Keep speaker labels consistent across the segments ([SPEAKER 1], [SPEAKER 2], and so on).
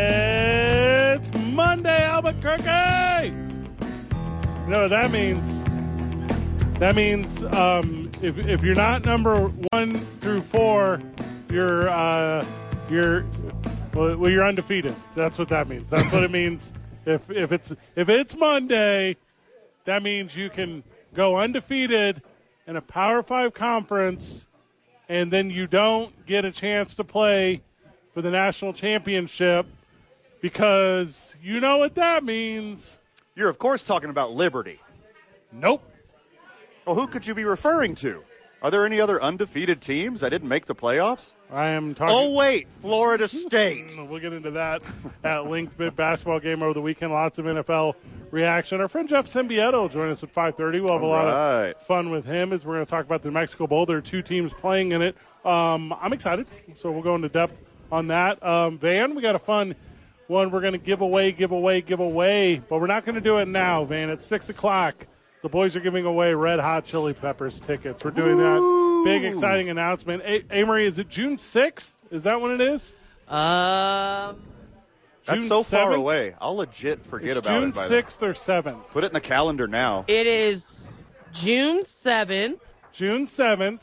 [SPEAKER 1] It's Monday, Albuquerque. You know what that means? That means um, if, if you're not number one through four, you're uh, you're well, well, you're undefeated. That's what that means. That's what it means. If if it's if it's Monday, that means you can go undefeated in a Power Five conference, and then you don't get a chance to play for the national championship because you know what that means.
[SPEAKER 2] You're, of course, talking about Liberty.
[SPEAKER 1] Nope.
[SPEAKER 2] Well, who could you be referring to? Are there any other undefeated teams that didn't make the playoffs?
[SPEAKER 1] I am
[SPEAKER 2] Oh,
[SPEAKER 1] talking.
[SPEAKER 2] wait, Florida State.
[SPEAKER 1] Mm, We'll get into that at length. Big basketball game over the weekend. Lots of NFL reaction. Our friend Jeff Symbieta will join us at 5:30. We'll have a lot
[SPEAKER 2] Alright.
[SPEAKER 1] of fun with him as we're going to talk about the New Mexico Bowl. There are two teams playing in it. Um, I'm excited, so we'll go into depth on that. Um, Van, we got a fun one. We're going to give away, give away, give away, but we're not going to do it now, Van. At six o'clock, the boys are giving away Red Hot Chili Peppers tickets. We're doing that. Big exciting announcement. A- Amory, is it June 6th? Is that when it is?
[SPEAKER 3] Um,
[SPEAKER 2] That's
[SPEAKER 1] June
[SPEAKER 2] so far
[SPEAKER 1] 7th?
[SPEAKER 2] away. I'll legit forget
[SPEAKER 1] It's
[SPEAKER 2] about
[SPEAKER 1] June
[SPEAKER 2] it. By then.
[SPEAKER 1] 6th or 7th.
[SPEAKER 2] Put it in the calendar now.
[SPEAKER 3] it is June 7th,
[SPEAKER 1] June 7th,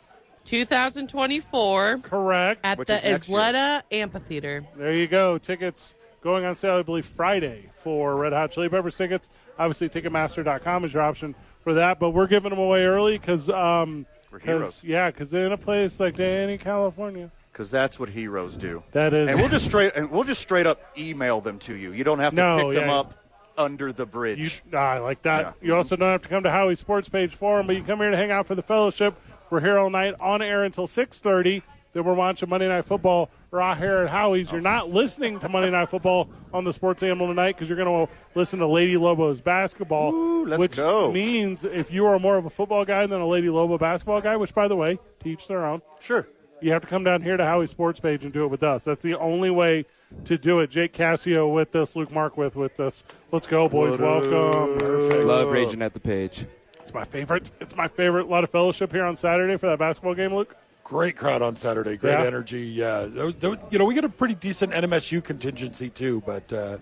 [SPEAKER 3] 2024,
[SPEAKER 1] correct.
[SPEAKER 3] at
[SPEAKER 2] Which
[SPEAKER 3] the
[SPEAKER 2] is next year.
[SPEAKER 3] Isleta Amphitheater.
[SPEAKER 1] There you go. Tickets going on sale, I believe, Friday for Red Hot Chili Peppers tickets. Obviously, Ticketmaster.com is your option for that, but we're giving them away early because, um,
[SPEAKER 2] We're
[SPEAKER 1] 'cause-
[SPEAKER 2] heroes.
[SPEAKER 1] yeah, because in a place like Danny, California,
[SPEAKER 2] Because that's what heroes do.
[SPEAKER 1] that is.
[SPEAKER 2] and we'll just straight and we'll just straight up email them to you. You don't have to
[SPEAKER 1] No,
[SPEAKER 2] pick them
[SPEAKER 1] yeah.
[SPEAKER 2] up under the bridge.
[SPEAKER 1] You, ah, I like that.
[SPEAKER 2] Yeah.
[SPEAKER 1] You also don't have to come to Howie's Sports Page Forum, but you come here to hang out for the fellowship. We're here all night on air until 6.30. Then we're watching Monday Night Football raw here at Howie's. You're not listening to Monday Night Football on the Sports Animal tonight because you're going to listen to Lady Lobos basketball,
[SPEAKER 2] let's
[SPEAKER 1] which
[SPEAKER 2] go.
[SPEAKER 1] means if you are more of a football guy than a Lady Lobo basketball guy, which, by the way, teach their own,
[SPEAKER 2] sure.
[SPEAKER 1] you have to come down here to Howie Sports Page and do it with us. That's the only way to do it. Jake Cassio with us, Luke Markwith with us. Let's go, boys. Welcome. Perfect.
[SPEAKER 4] Love raging at the page.
[SPEAKER 1] It's my favorite. It's my favorite. A lot of fellowship here on Saturday for that basketball game, Luke.
[SPEAKER 5] Great crowd on Saturday. Great
[SPEAKER 1] Yeah.
[SPEAKER 5] energy. Yeah, Tho- tho- you know we get a pretty decent NMSU contingency too, but uh,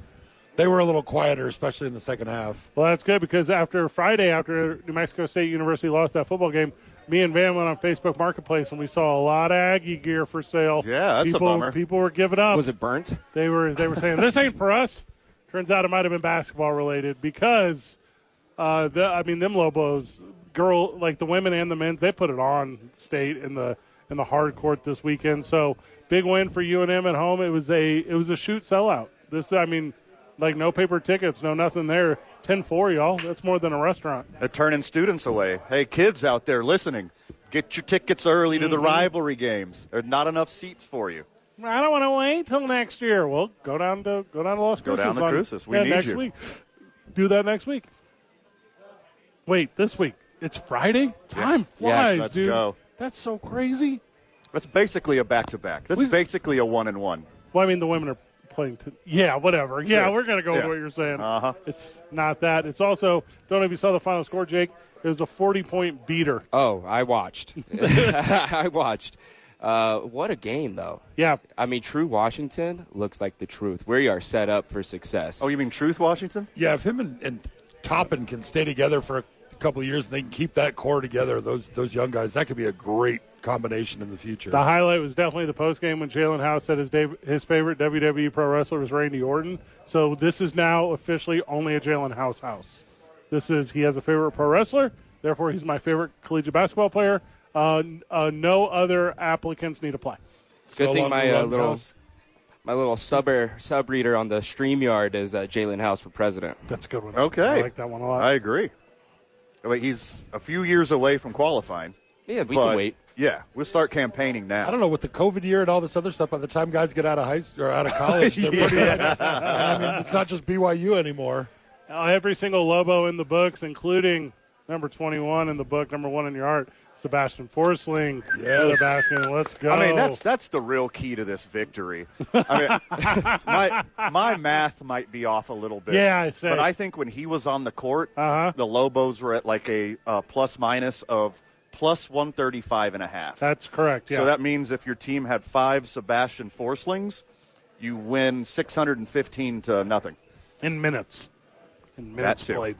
[SPEAKER 5] they were a little quieter, especially in the second half.
[SPEAKER 1] Well, that's good because after Friday, after New Mexico State University lost that football game, me and Van went on Facebook Marketplace and we saw a lot of Aggie gear for sale.
[SPEAKER 2] Yeah, that's a
[SPEAKER 1] people,
[SPEAKER 2] bummer.
[SPEAKER 1] People were giving up.
[SPEAKER 4] Was it burnt?
[SPEAKER 1] They were they were saying this ain't for us. Turns out it might have been basketball related because uh, the I mean them Lobos girl like the women and the men they put it on state in the in the hard court this weekend. So big win for UNM at home. It was a it was a shoot sellout. This I mean like no paper tickets, no nothing there. 10-4, y'all. That's more than a restaurant.
[SPEAKER 2] They're turning students away. Hey, kids out there listening, get your tickets early to the
[SPEAKER 1] Mm-hmm.
[SPEAKER 2] rivalry games. There's not enough seats for you.
[SPEAKER 1] I don't want to wait till next year. Well, go down to go down to Las
[SPEAKER 2] Go
[SPEAKER 1] Cruces.
[SPEAKER 2] down to
[SPEAKER 1] on-
[SPEAKER 2] Cruces. We
[SPEAKER 1] yeah,
[SPEAKER 2] need
[SPEAKER 1] next
[SPEAKER 2] you.
[SPEAKER 1] week. Do that next week. Wait, this week. It's Friday. Time flies,
[SPEAKER 2] let's
[SPEAKER 1] dude.
[SPEAKER 2] go.
[SPEAKER 1] That's so crazy.
[SPEAKER 2] That's basically a back to back. That's
[SPEAKER 1] We've-
[SPEAKER 2] basically a one and one.
[SPEAKER 1] Well, I mean, the women are playing. To, yeah, whatever. Yeah,
[SPEAKER 2] Sure.
[SPEAKER 1] we're gonna go with
[SPEAKER 2] Yeah.
[SPEAKER 1] what you're saying.
[SPEAKER 2] Uh-huh.
[SPEAKER 1] It's not that. It's also don't know if you saw the final score, Jake. It was a 40 point beater.
[SPEAKER 4] Oh, I watched. I watched. Uh, what a game, though.
[SPEAKER 1] Yeah,
[SPEAKER 4] I mean, true Washington looks like the truth. We are set up for success.
[SPEAKER 2] Oh, you mean Truth Washington?
[SPEAKER 5] Yeah, if him and, and Toppin can stay together for a couple of years and they can keep that core together, those those young guys, that could be a great combination in the future.
[SPEAKER 1] The highlight was definitely the post game when Jalen House said his Dave, his favorite WWE pro wrestler was Randy Orton. So this is now officially only a Jalen House house. This is he has a favorite pro wrestler, therefore he's my favorite collegiate basketball player. Uh, n- uh, no other applicants need apply.
[SPEAKER 4] Good
[SPEAKER 5] So
[SPEAKER 4] thing
[SPEAKER 5] long
[SPEAKER 4] my
[SPEAKER 5] to
[SPEAKER 4] uh,
[SPEAKER 5] Ron's
[SPEAKER 4] little
[SPEAKER 5] house.
[SPEAKER 4] my little sub sub reader on the Streamyard is uh, Jalen House for president.
[SPEAKER 1] That's a good one.
[SPEAKER 2] Okay.
[SPEAKER 1] I like that one a lot.
[SPEAKER 2] I agree. But he's a few years away from qualifying.
[SPEAKER 4] Yeah, we
[SPEAKER 2] but
[SPEAKER 4] can wait.
[SPEAKER 2] Yeah, we'll start campaigning now.
[SPEAKER 5] I don't know with the COVID year and all this other stuff. By the time guys get out of high s- or out of college, they're pretty. I mean, it's not just BYU anymore.
[SPEAKER 1] Uh, Every single Lobo in the books, including number 21 in the book, number one in your heart, Sebastian Forsling.
[SPEAKER 5] Yes.
[SPEAKER 1] with a basket. Let's go.
[SPEAKER 2] I mean, that's that's the real key to this victory. I mean, my my math might be off a little bit.
[SPEAKER 1] Yeah, I'd say.
[SPEAKER 2] But I think when he was on the court,
[SPEAKER 1] Uh-huh.
[SPEAKER 2] the Lobos were at like a uh, plus minus of plus 135 and a half.
[SPEAKER 1] That's correct. Yeah.
[SPEAKER 2] So that means if your team had five Sebastian Forslings, you win 615 to nothing.
[SPEAKER 1] in minutes. In minutes
[SPEAKER 2] too.
[SPEAKER 1] played.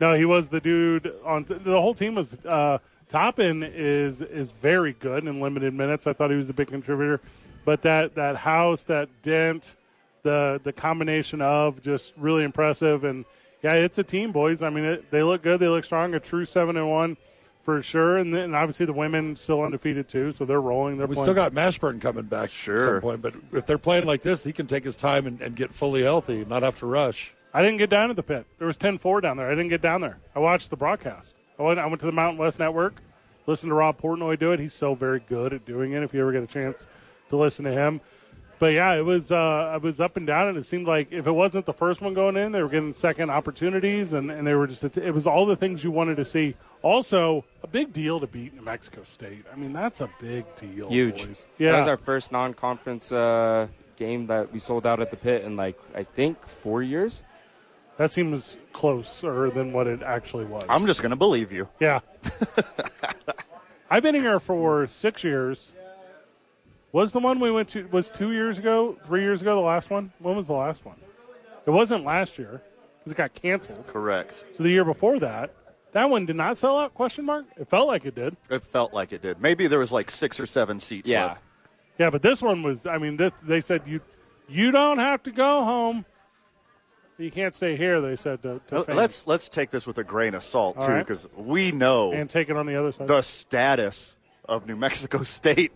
[SPEAKER 1] No, he was the dude on the whole team was uh Toppin is is very good in limited minutes. I thought he was a big contributor. But that that house, that dent, the the combination of just really impressive and yeah, it's a team, boys. I mean, it, they look good. They look strong. A true seven and one for sure. And then and obviously the women still undefeated too, so they're rolling. They're
[SPEAKER 5] We
[SPEAKER 1] playing.
[SPEAKER 5] still got Mashburn coming back at
[SPEAKER 2] Sure.
[SPEAKER 5] some point, but if they're playing like this, he can take his time and, and get fully healthy, and not have to rush.
[SPEAKER 1] I didn't get down to the pit. There was 10-4 down there. I didn't get down there. I watched the broadcast. I went, I went to the Mountain West Network, listened to Rob Portnoy do it. He's so very good at doing it if you ever get a chance to listen to him. But yeah, it was uh, I was up and down, and it seemed like if it wasn't the first one going in, they were getting second opportunities, and, and they were just it was all the things you wanted to see. Also, a big deal to beat New Mexico State. I mean, that's a big deal.
[SPEAKER 2] Oh,
[SPEAKER 4] Huge.
[SPEAKER 1] boys. Yeah,
[SPEAKER 4] That was our first non-conference uh, game that we sold out at the pit in like I think four years.
[SPEAKER 1] that seems closer than what it actually was.
[SPEAKER 2] I'm just going to believe you.
[SPEAKER 1] Yeah. I've been here for six years. Was the one we went to was two years ago, three years ago, the last one? When was the last one? It wasn't last year because it got canceled.
[SPEAKER 2] Correct.
[SPEAKER 1] So the year before that, that one did not sell out? Question mark. It felt like it did.
[SPEAKER 2] It felt like it did. Maybe there was like six or seven seats
[SPEAKER 4] Yeah.
[SPEAKER 2] left.
[SPEAKER 1] Yeah, but this one was. I mean, this, they said you you don't have to go home. You can't stay here. They said to, to
[SPEAKER 2] L-
[SPEAKER 1] fans.
[SPEAKER 2] Let's let's take this with a grain of salt
[SPEAKER 1] All
[SPEAKER 2] too,
[SPEAKER 1] right.
[SPEAKER 2] because we know
[SPEAKER 1] and take it on the other side.
[SPEAKER 2] the status of New Mexico State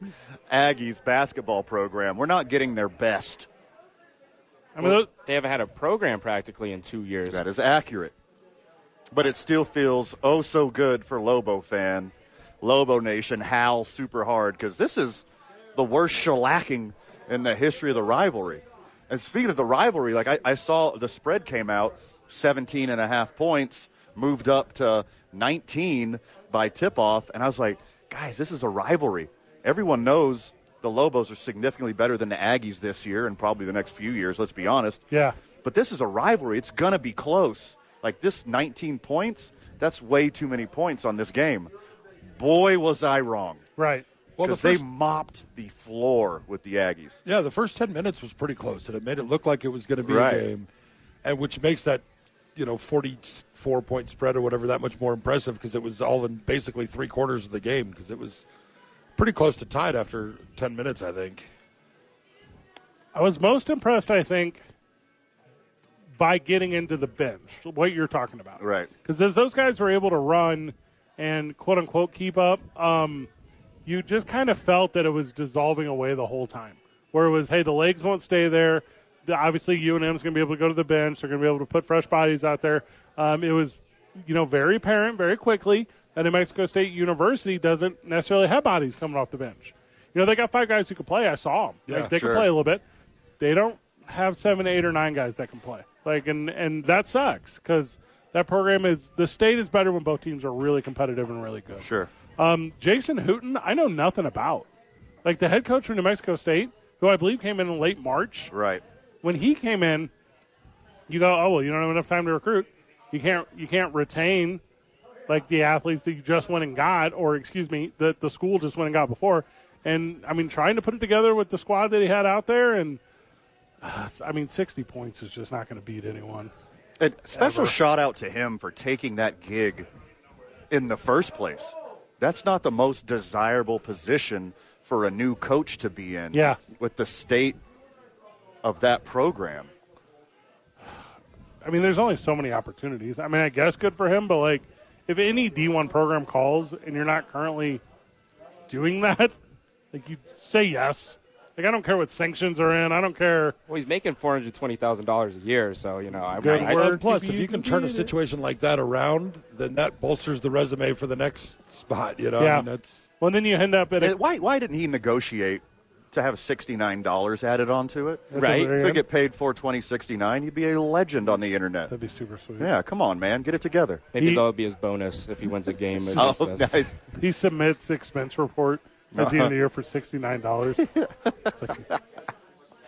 [SPEAKER 2] Aggies basketball program. We're not getting their best.
[SPEAKER 1] I mean, those,
[SPEAKER 4] They haven't had a program practically in two years.
[SPEAKER 2] That is accurate. But it still feels oh so good for Lobo fan, Lobo Nation, howl super hard because this is the worst shellacking in the history of the rivalry. And speaking of the rivalry, like I, I saw the spread came out 17 and a half points, moved up to 19 by tip off. And I was like, guys, this is a rivalry. Everyone knows the Lobos are significantly better than the Aggies this year and probably the next few years, let's be honest.
[SPEAKER 1] yeah.
[SPEAKER 2] But this is a rivalry. It's going to be close. Like this 19 points, that's way too many points on this game. Boy, was I wrong.
[SPEAKER 1] Right.
[SPEAKER 5] Well, the
[SPEAKER 2] Because they
[SPEAKER 5] first-
[SPEAKER 2] mopped the floor with the Aggies.
[SPEAKER 5] Yeah, the first ten minutes was pretty close, and it made it look like it was going to be
[SPEAKER 2] Right.
[SPEAKER 5] a game, and which makes that you know forty-four point spread or whatever that much more impressive because it was all in basically three quarters of the game because it was pretty close to tied after ten minutes, I think.
[SPEAKER 1] I was most impressed, I think, by getting into the bench, what you're talking about.
[SPEAKER 2] Right.
[SPEAKER 1] Because as those guys were able to run and quote unquote keep up, um, you just kind of felt that it was dissolving away the whole time. Where it was, hey, the legs won't stay there. The- Obviously, U and M's going to be able to go to the bench. They're going to be able to put fresh bodies out there. Um, it was, you know, very apparent very quickly that New Mexico State University doesn't necessarily have bodies coming off the bench. You know, they got five guys who could play. I saw them.
[SPEAKER 5] Yeah,
[SPEAKER 1] like, they
[SPEAKER 2] sure.
[SPEAKER 1] could play a little bit. They don't have seven, eight, or nine guys that can play. Like, and and that sucks because that program is the state is better when both teams are really competitive and really good.
[SPEAKER 2] Sure.
[SPEAKER 1] Um, Jason Hooten, I know nothing about. Like the head coach from New Mexico State, who I believe came in in late March.
[SPEAKER 2] Right.
[SPEAKER 1] When he came in, you go, oh well, you don't have enough time to recruit. You can't you can't retain like the athletes that you just went and got, or excuse me, that the school just went and got before. And I mean, trying to put it together with the squad that he had out there, and uh, I mean, sixty points is just not going to beat anyone.
[SPEAKER 2] And special shout out to him for taking that gig in the first place. That's not the most desirable position for a new coach to be in.
[SPEAKER 1] Yeah.
[SPEAKER 2] With the state of that program.
[SPEAKER 1] I mean, there's only so many opportunities. I mean, I guess good for him, but like, if any D1 program calls and you're not currently doing that, like you say yes. Like I don't care what sanctions are in. I don't care.
[SPEAKER 4] Well, he's making four hundred twenty thousand dollars a year, so you know I,
[SPEAKER 1] Good
[SPEAKER 4] I,
[SPEAKER 1] work.
[SPEAKER 5] And plus, if
[SPEAKER 1] Maybe
[SPEAKER 5] you can turn a situation like that around, then that bolsters the resume for the next spot. You know, I
[SPEAKER 1] Yeah.
[SPEAKER 5] mean, that's
[SPEAKER 1] Well, then you end up at
[SPEAKER 2] And
[SPEAKER 1] a,
[SPEAKER 2] Why, why didn't he negotiate to have $69 added onto it?
[SPEAKER 1] at the
[SPEAKER 4] Right.
[SPEAKER 1] very
[SPEAKER 2] If you
[SPEAKER 1] end.
[SPEAKER 2] get paid four twenty sixty nine, you'd be a legend on the internet.
[SPEAKER 1] That'd be super sweet.
[SPEAKER 2] Yeah, come on, man, get it together.
[SPEAKER 4] maybe
[SPEAKER 1] He-
[SPEAKER 4] that'll be his bonus if he wins a game. It's-
[SPEAKER 2] Oh,
[SPEAKER 4] that's-
[SPEAKER 2] nice.
[SPEAKER 1] He submits expense report at the end of the year for sixty nine dollars.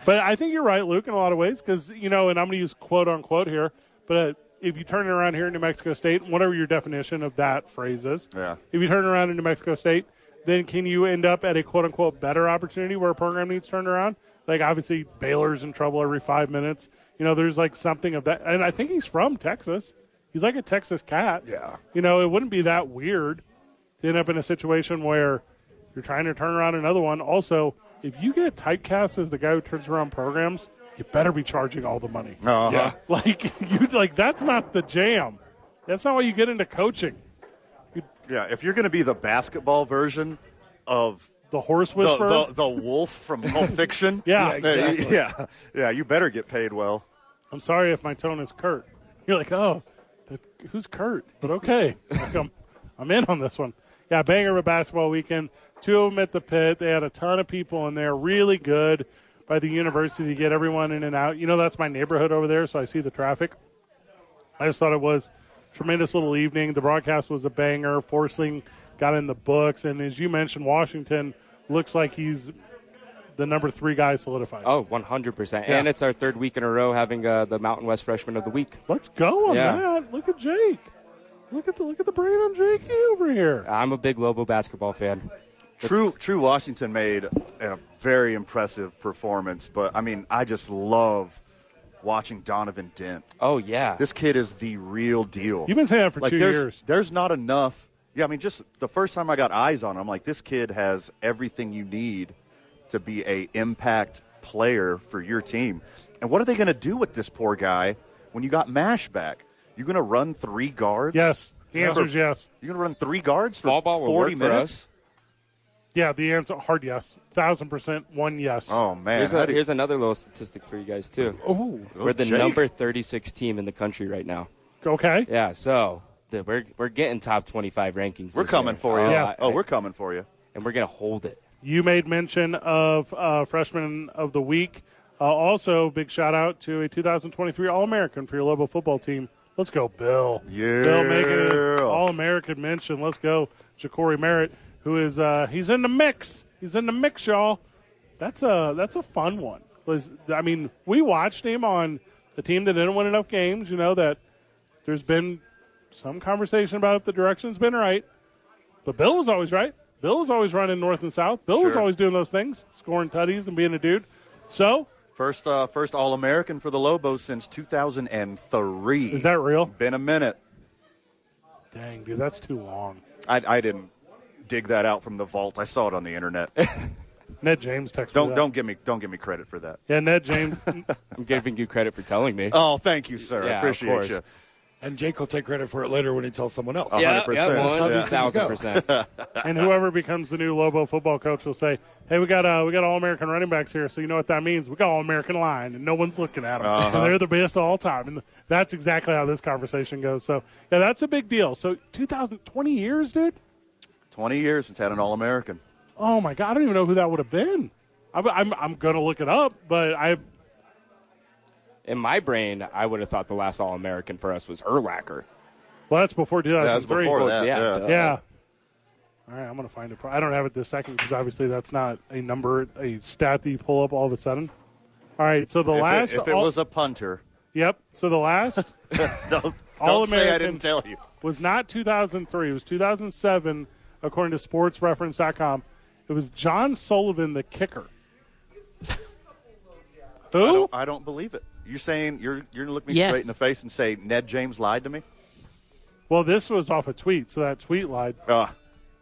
[SPEAKER 1] but I think you're right, Luke, in a lot of ways, because you know, and I'm going to use quote unquote here, but. Uh, if you turn it around here in New Mexico State, whatever your definition of that phrase is,
[SPEAKER 2] Yeah.
[SPEAKER 1] if you turn it around in New Mexico State, then can you end up at a quote unquote better opportunity where a program needs turned around? Like obviously Baylor's in trouble every five minutes. You know, there's like something of that, and I think he's from Texas. He's like a Texas cat.
[SPEAKER 5] Yeah.
[SPEAKER 1] You know, it wouldn't be that weird to end up in a situation where you're trying to turn around another one. Also, if you get typecast as the guy who turns around programs, you better be charging all the money.
[SPEAKER 2] Uh-huh.
[SPEAKER 5] yeah.
[SPEAKER 1] Like you, like that's not the jam. That's not why you get into coaching.
[SPEAKER 2] Yeah, if you're going to be the basketball version of
[SPEAKER 1] The horse
[SPEAKER 2] the,
[SPEAKER 1] whisperer.
[SPEAKER 2] the, the wolf from Pulp Fiction,
[SPEAKER 1] Yeah.
[SPEAKER 2] uh,
[SPEAKER 1] Yeah,
[SPEAKER 5] exactly.
[SPEAKER 2] yeah, yeah, you better get paid well.
[SPEAKER 1] I'm sorry if my tone is curt. You're like, oh, that, who's curt? But okay, Like, I'm, I'm in on this one. Yeah, banger of a basketball weekend. Two of them at the pit. They had a ton of people in there. Really good by the university to get everyone in and out. You know, that's my neighborhood over there, so I see the traffic. I just thought it was a tremendous little evening. The broadcast was a banger. Forsling got in the books, and as you mentioned, Washington looks like he's the number three guy solidified.
[SPEAKER 4] Oh, 100%. And
[SPEAKER 1] Yeah.
[SPEAKER 4] it's our third week in a row having uh, the Mountain West Freshman of the Week.
[SPEAKER 1] Let's go on
[SPEAKER 4] Yeah.
[SPEAKER 1] that. Look at Jake. Look at the look at the brain on Jakey over here.
[SPEAKER 4] I'm a big Lobo basketball fan.
[SPEAKER 2] True, True Washington made a very impressive performance, but I mean, I just love watching Donovan Dent.
[SPEAKER 4] Oh, yeah.
[SPEAKER 2] This kid is the real deal.
[SPEAKER 1] You've been saying that for
[SPEAKER 2] like
[SPEAKER 1] two
[SPEAKER 2] there's
[SPEAKER 1] years.
[SPEAKER 2] there's not enough. Yeah, I mean, just the first time I got eyes on him, like this kid has everything you need to be a impact player for your team. And what are they going to do with this poor guy when you got Mash back? You're going to run three guards?
[SPEAKER 1] Yes. The
[SPEAKER 2] For-
[SPEAKER 1] answer is yes.
[SPEAKER 2] You're going to run three guards for
[SPEAKER 4] Small ball will
[SPEAKER 2] 40
[SPEAKER 4] work for
[SPEAKER 2] minutes?
[SPEAKER 4] us.
[SPEAKER 1] Yeah, the answer hard yes. Thousand percent one yes.
[SPEAKER 2] Oh man,
[SPEAKER 4] Here's,
[SPEAKER 2] how
[SPEAKER 4] a,
[SPEAKER 2] do- Oh,
[SPEAKER 4] here's another little statistic for you guys, too.
[SPEAKER 1] Ooh,
[SPEAKER 4] We're the
[SPEAKER 2] Jake.
[SPEAKER 4] number 36 team in the country right now.
[SPEAKER 1] Okay.
[SPEAKER 4] Yeah, so the, we're, we're getting top 25 rankings.
[SPEAKER 2] we're
[SPEAKER 4] this
[SPEAKER 2] coming
[SPEAKER 4] year.
[SPEAKER 2] for you.
[SPEAKER 4] Oh,
[SPEAKER 1] Yeah.
[SPEAKER 4] I-
[SPEAKER 2] Oh, we're coming for you.
[SPEAKER 4] and we're going to hold it.
[SPEAKER 1] You made mention of uh, freshman of the week. Uh, also, big shout out to a 2023 All American for your Lobo football team. Let's go, Bill.
[SPEAKER 2] Yeah.
[SPEAKER 1] Bill making an All American mention. Let's go, Ja'Cory Merritt, who is uh, he's in the mix. He's in the mix, y'all. That's a that's a fun one. 'Cause, I mean, we watched him on a team that didn't win enough games. You know that there's been some conversation about if the direction's been right. But Bill was always right. Bill was always running north and south. Bill was
[SPEAKER 2] Sure.
[SPEAKER 1] always doing those things, scoring tutties and being a dude. So
[SPEAKER 2] First, uh, first All American for the Lobos since 2003.
[SPEAKER 1] is that real?
[SPEAKER 2] been a minute?
[SPEAKER 1] Dang, dude, that's too long.
[SPEAKER 2] I, I didn't dig that out from the vault. I saw it on the internet.
[SPEAKER 1] Ned James texted. me
[SPEAKER 2] Don't
[SPEAKER 1] that.
[SPEAKER 2] don't give me don't give me credit for that.
[SPEAKER 1] Yeah, Ned James.
[SPEAKER 4] I'm giving you credit for telling me.
[SPEAKER 2] Oh, thank you, sir.
[SPEAKER 4] Yeah,
[SPEAKER 2] I
[SPEAKER 4] of
[SPEAKER 2] appreciate
[SPEAKER 4] course.
[SPEAKER 2] you.
[SPEAKER 5] and Jake will take credit for it later when he tells someone else.
[SPEAKER 2] Yeah. 100%.
[SPEAKER 5] Yeah.
[SPEAKER 4] 1,000%.
[SPEAKER 1] and whoever becomes the new Lobo football coach will say, "Hey, we got uh, we got all American running backs here, so you know what that means? We got all American line, and no one's looking at them,
[SPEAKER 2] Uh-huh.
[SPEAKER 1] and they're the best of all time." And that's exactly how this conversation goes. So yeah, that's a big deal. So 2020 years, dude.
[SPEAKER 2] Twenty years since had an All American.
[SPEAKER 1] Oh my god, I don't even know who that would have been. I'm I'm, I'm gonna look it up, but I
[SPEAKER 4] In my brain, I would have thought the last All American for us was Erlacher.
[SPEAKER 1] well, that's before
[SPEAKER 2] That's
[SPEAKER 1] 2003.
[SPEAKER 2] before that. Uh-huh.
[SPEAKER 4] yeah,
[SPEAKER 2] yeah.
[SPEAKER 4] duh.
[SPEAKER 1] Yeah. All right, I'm gonna find it. I don't have it this second because obviously that's not a number, a stat that you pull up all of a sudden. All right, so the
[SPEAKER 2] If it-
[SPEAKER 1] last,
[SPEAKER 2] if it,
[SPEAKER 1] all-
[SPEAKER 2] was a punter,
[SPEAKER 1] yep. So the last
[SPEAKER 2] don't, don't say I
[SPEAKER 1] All-American.
[SPEAKER 2] didn't tell you.
[SPEAKER 1] was not 2003. It was 2007, according to SportsReference.com. It was John Sullivan, the kicker.
[SPEAKER 2] I
[SPEAKER 1] Who?
[SPEAKER 2] don't, I don't believe it. You're saying you're you're gonna look me
[SPEAKER 3] Yes.
[SPEAKER 2] straight in the face and say Ned James lied to me?
[SPEAKER 1] Well, this was off a tweet, so that tweet lied.
[SPEAKER 2] Uh,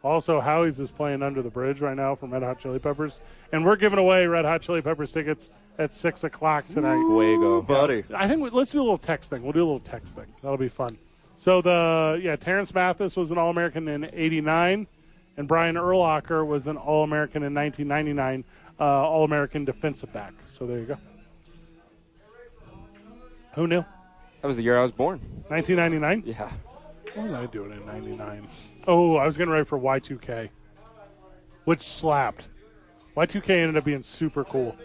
[SPEAKER 1] Also, Howie's is playing Under the Bridge right now from Red Hot Chili Peppers, and we're giving away Red Hot Chili Peppers tickets at six o'clock tonight.
[SPEAKER 4] Fuego.
[SPEAKER 2] buddy.
[SPEAKER 1] I think we, let's do a little text thing. We'll do a little text thing. That'll be fun. So the yeah, Terrence Mathis was an All American in '89, and Brian Urlacher was an All American in 1999. uh, All American defensive back. So there you go. Who knew?
[SPEAKER 4] That was the year I was born.
[SPEAKER 1] 1999?
[SPEAKER 4] Yeah.
[SPEAKER 1] What was I doing in 99? Oh, I was getting ready for Y2K, which slapped. Y2K ended up being super cool.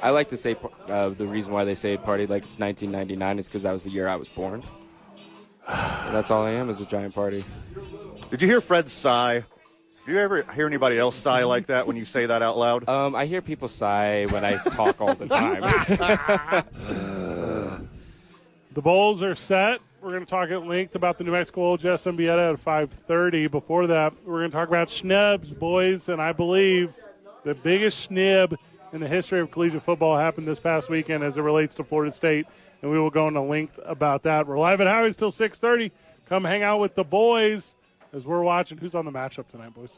[SPEAKER 4] I like to say par- uh, the reason why they say party like it's 1999 is because that was the year I was born. And that's all I am is a giant party.
[SPEAKER 2] Did you hear Fred sigh? Do you ever hear anybody else sigh like that when you say that out loud?
[SPEAKER 4] Um, I hear people sigh when I talk all the time.
[SPEAKER 1] The bowls are set. We're going to talk at length about the New Mexico Old Jess and Bieta at 5.30. Before that, we're going to talk about schnibs, boys. And I believe the biggest schnib in the history of collegiate football happened this past weekend as it relates to Florida State. And we will go into length about that. We're live at Howie's till 6.30. Come hang out with the boys as we're watching. Who's on the matchup tonight, boys?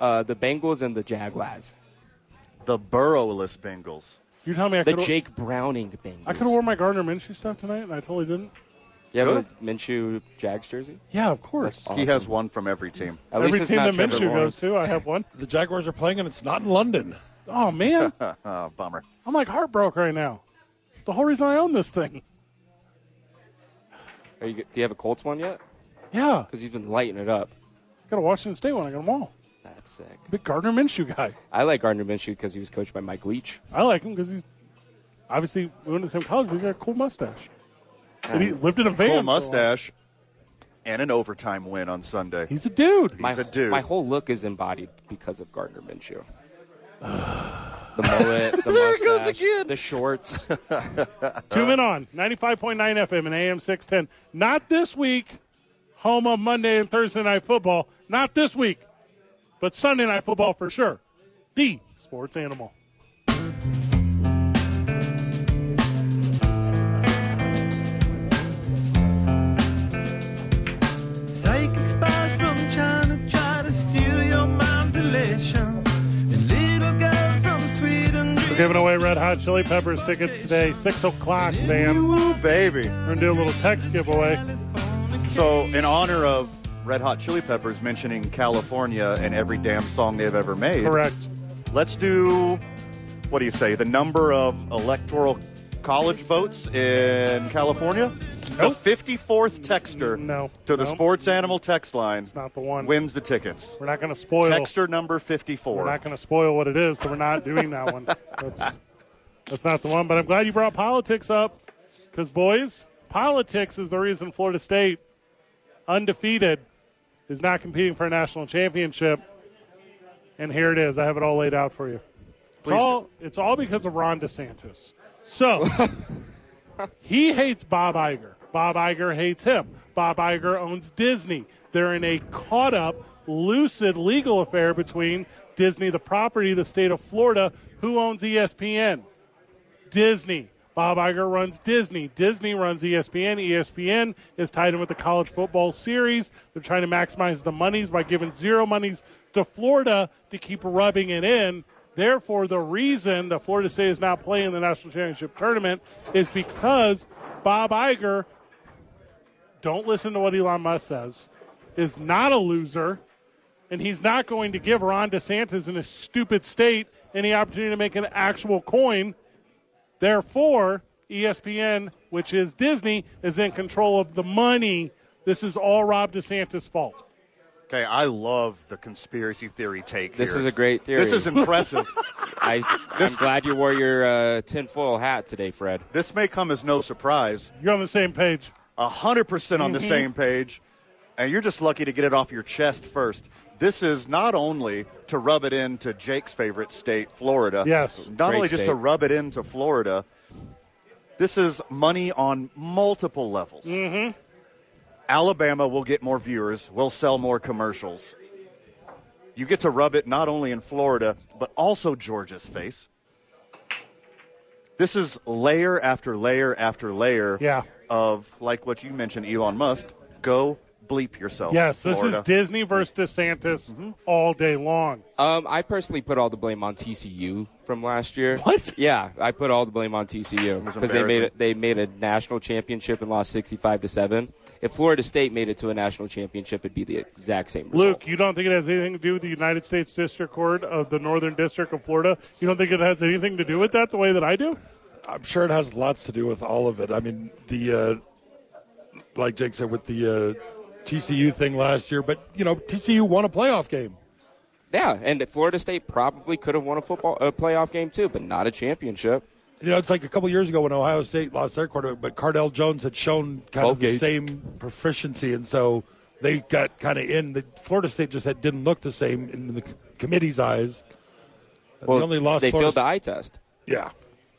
[SPEAKER 4] uh, the Bengals and the Jaguars.
[SPEAKER 2] The burrowless Bengals.
[SPEAKER 1] You tell me I
[SPEAKER 4] The
[SPEAKER 1] could have
[SPEAKER 4] Jake Browning Bengals.
[SPEAKER 1] I could have worn my Gardner Minshew stuff tonight, and I totally didn't.
[SPEAKER 4] You have a Minshew Jags jersey?
[SPEAKER 1] Yeah, of course.
[SPEAKER 2] He has one from every team.
[SPEAKER 4] At
[SPEAKER 1] Every
[SPEAKER 4] least it's
[SPEAKER 1] team that
[SPEAKER 4] not Trevor
[SPEAKER 1] Minshew
[SPEAKER 4] Lawrence.
[SPEAKER 1] goes to, I have one.
[SPEAKER 5] The Jaguars are playing, and it's not in London.
[SPEAKER 1] Oh man,
[SPEAKER 2] Oh, bummer.
[SPEAKER 1] I'm like heartbroken right now. The whole reason I own this thing.
[SPEAKER 4] Are you, do you have a Colts one yet?
[SPEAKER 1] Yeah,
[SPEAKER 4] Because he's been lighting it up.
[SPEAKER 1] got a Washington State one. I got them all.
[SPEAKER 4] That's sick.
[SPEAKER 1] Big Gardner Minshew guy.
[SPEAKER 4] I like Gardner Minshew because he was coached by Mike Leach.
[SPEAKER 1] I like him because he's obviously we went to the same college. We got a cool mustache. And he lived in a van. for a
[SPEAKER 2] Cool
[SPEAKER 1] while.
[SPEAKER 2] mustache and an overtime win on Sunday.
[SPEAKER 1] He's a dude.
[SPEAKER 4] My,
[SPEAKER 2] He's a dude.
[SPEAKER 4] my whole look is embodied because of Gardner Minshew. The mullet, the mustache, the shorts.
[SPEAKER 1] Two men on 95.9 FM and AM 610. Not this week, home of Monday and Thursday night football. Not this week, but Sunday night football for sure. The sports animal.
[SPEAKER 6] Psychic spies from China try to steal your mind's elation. And little girls from Sweden
[SPEAKER 1] We're giving away Red Hot Chili Peppers tickets today, 6 o'clock, man. We're
[SPEAKER 2] Ooh, baby.
[SPEAKER 1] going to do a little text giveaway.
[SPEAKER 2] So, in honor of Red Hot Chili Peppers mentioning California and every damn song they've ever made,
[SPEAKER 1] Correct.
[SPEAKER 2] let's do what do you say? The number of electoral college votes in California?
[SPEAKER 1] Nope.
[SPEAKER 2] The 54th texter
[SPEAKER 1] No.
[SPEAKER 2] to the
[SPEAKER 1] No.
[SPEAKER 2] Sports Animal text line
[SPEAKER 1] It's not the one.
[SPEAKER 2] wins the tickets.
[SPEAKER 1] We're not going to spoil.
[SPEAKER 2] Texter number
[SPEAKER 1] We're
[SPEAKER 2] 54.
[SPEAKER 1] not going to spoil what it is, so we're not doing that one. That's, that's not the one. But I'm glad you brought politics up because, boys, politics is the reason Florida State, undefeated, is not competing for a national championship. And here it is. I have it all laid out for you. It's all, it's all because of Ron DeSantis. So he hates Bob Iger. Bob Iger hates him. Bob Iger owns Disney. They're in a caught up, lucid legal affair between Disney, the property, the state of Florida, who owns E ESPN. Disney. Bob Iger runs Disney. Disney runs E ESPN. ESPN is tied in with the college football series. They're trying to maximize the monies by giving zero monies to Florida to keep rubbing it in. Therefore, the reason that Florida State is not playing the national championship tournament is because Bob Iger, don't listen to what Elon Musk says, is not a loser and he's not going to give Ron DeSantis in a stupid state any opportunity to make an actual coin. Therefore, E ESPN, which is Disney, is in control of the money. This is all Rob DeSantis' fault.
[SPEAKER 2] Okay, I love the conspiracy theory take.
[SPEAKER 4] This
[SPEAKER 2] here.
[SPEAKER 4] is a great theory.
[SPEAKER 2] This is impressive.
[SPEAKER 4] I, I'm glad you wore your uh, tinfoil hat today, Fred.
[SPEAKER 2] this may come as no surprise.
[SPEAKER 1] You're on the same page.
[SPEAKER 2] 100% on the same page, and you're just lucky to get it off your chest first. This is not only to rub it into Jake's favorite state, Florida.
[SPEAKER 1] Yes.
[SPEAKER 2] Not
[SPEAKER 4] Great
[SPEAKER 2] only just to
[SPEAKER 4] state.
[SPEAKER 2] rub it into Florida, this is money on multiple levels. Mm-hmm. Alabama will get more viewers, will sell more commercials. You get to rub it not only in Florida, but also Georgia's face. This is layer after layer after layer
[SPEAKER 1] Yeah.
[SPEAKER 2] of, like what you mentioned, Elon Musk, go bleep yourself.
[SPEAKER 1] Yes, this
[SPEAKER 2] Oh, Florida.
[SPEAKER 1] is Disney versus DeSantis all day long.
[SPEAKER 4] Um, I personally put all the blame on TCU from last year.
[SPEAKER 1] What?
[SPEAKER 4] Yeah, I put all the blame on TCU because they made it, they made a national championship and lost sixty-five to seven. If Florida State made it to a national championship, it'd be the exact same result.
[SPEAKER 1] Luke, you don't think it has anything to do with the United States District Court of the Northern District of Florida? You don't think it has anything to do with that the way that I do?
[SPEAKER 5] I'm sure it has lots to do with all of it. I mean, the uh, like Jake said with the uh, TCU thing last year, but you know, TCU won a playoff game.
[SPEAKER 4] yeah, and Florida State probably could have won a football a playoff game too, but not a championship.
[SPEAKER 5] You know, it's like a couple years ago when Ohio State lost their quarterback, but Cardell Jones had shown kind of the
[SPEAKER 4] 12 gauge.
[SPEAKER 5] same proficiency, and so they got kind of in. The Florida State just had, didn't look the same in the c- committee's eyes. And
[SPEAKER 4] Well,
[SPEAKER 5] they only lost.
[SPEAKER 4] They
[SPEAKER 5] Florida
[SPEAKER 4] failed the eye test.
[SPEAKER 5] State- yeah.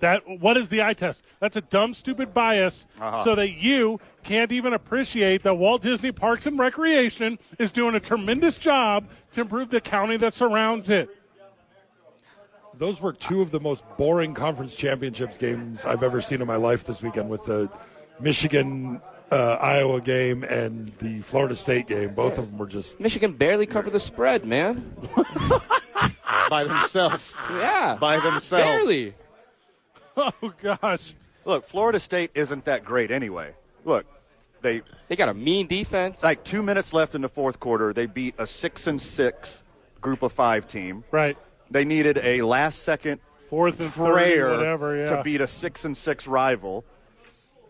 [SPEAKER 1] That what is the eye test? That's a dumb, stupid bias,
[SPEAKER 2] Uh-huh.
[SPEAKER 1] so that you can't even appreciate that Walt Disney Parks and Recreation is doing a tremendous job to improve the county that surrounds it.
[SPEAKER 5] Those were two of the most boring conference championships games I've ever seen in my life this weekend with the Michigan uh, Iowa game and the Florida State game. Both of them were just
[SPEAKER 4] Michigan barely covered the spread, man.
[SPEAKER 2] by themselves.
[SPEAKER 4] Yeah,
[SPEAKER 2] By themselves.
[SPEAKER 4] barely.
[SPEAKER 1] Oh gosh,
[SPEAKER 2] Look, Florida State isn't that great anyway. Look, they
[SPEAKER 4] They got a mean defense.
[SPEAKER 2] like two minutes left in the fourth quarter. They beat a six and six group of five team.
[SPEAKER 1] right,
[SPEAKER 2] They needed a last second
[SPEAKER 1] fourth and third,
[SPEAKER 2] prayer
[SPEAKER 1] whatever. Yeah,
[SPEAKER 2] to beat a six and six rival.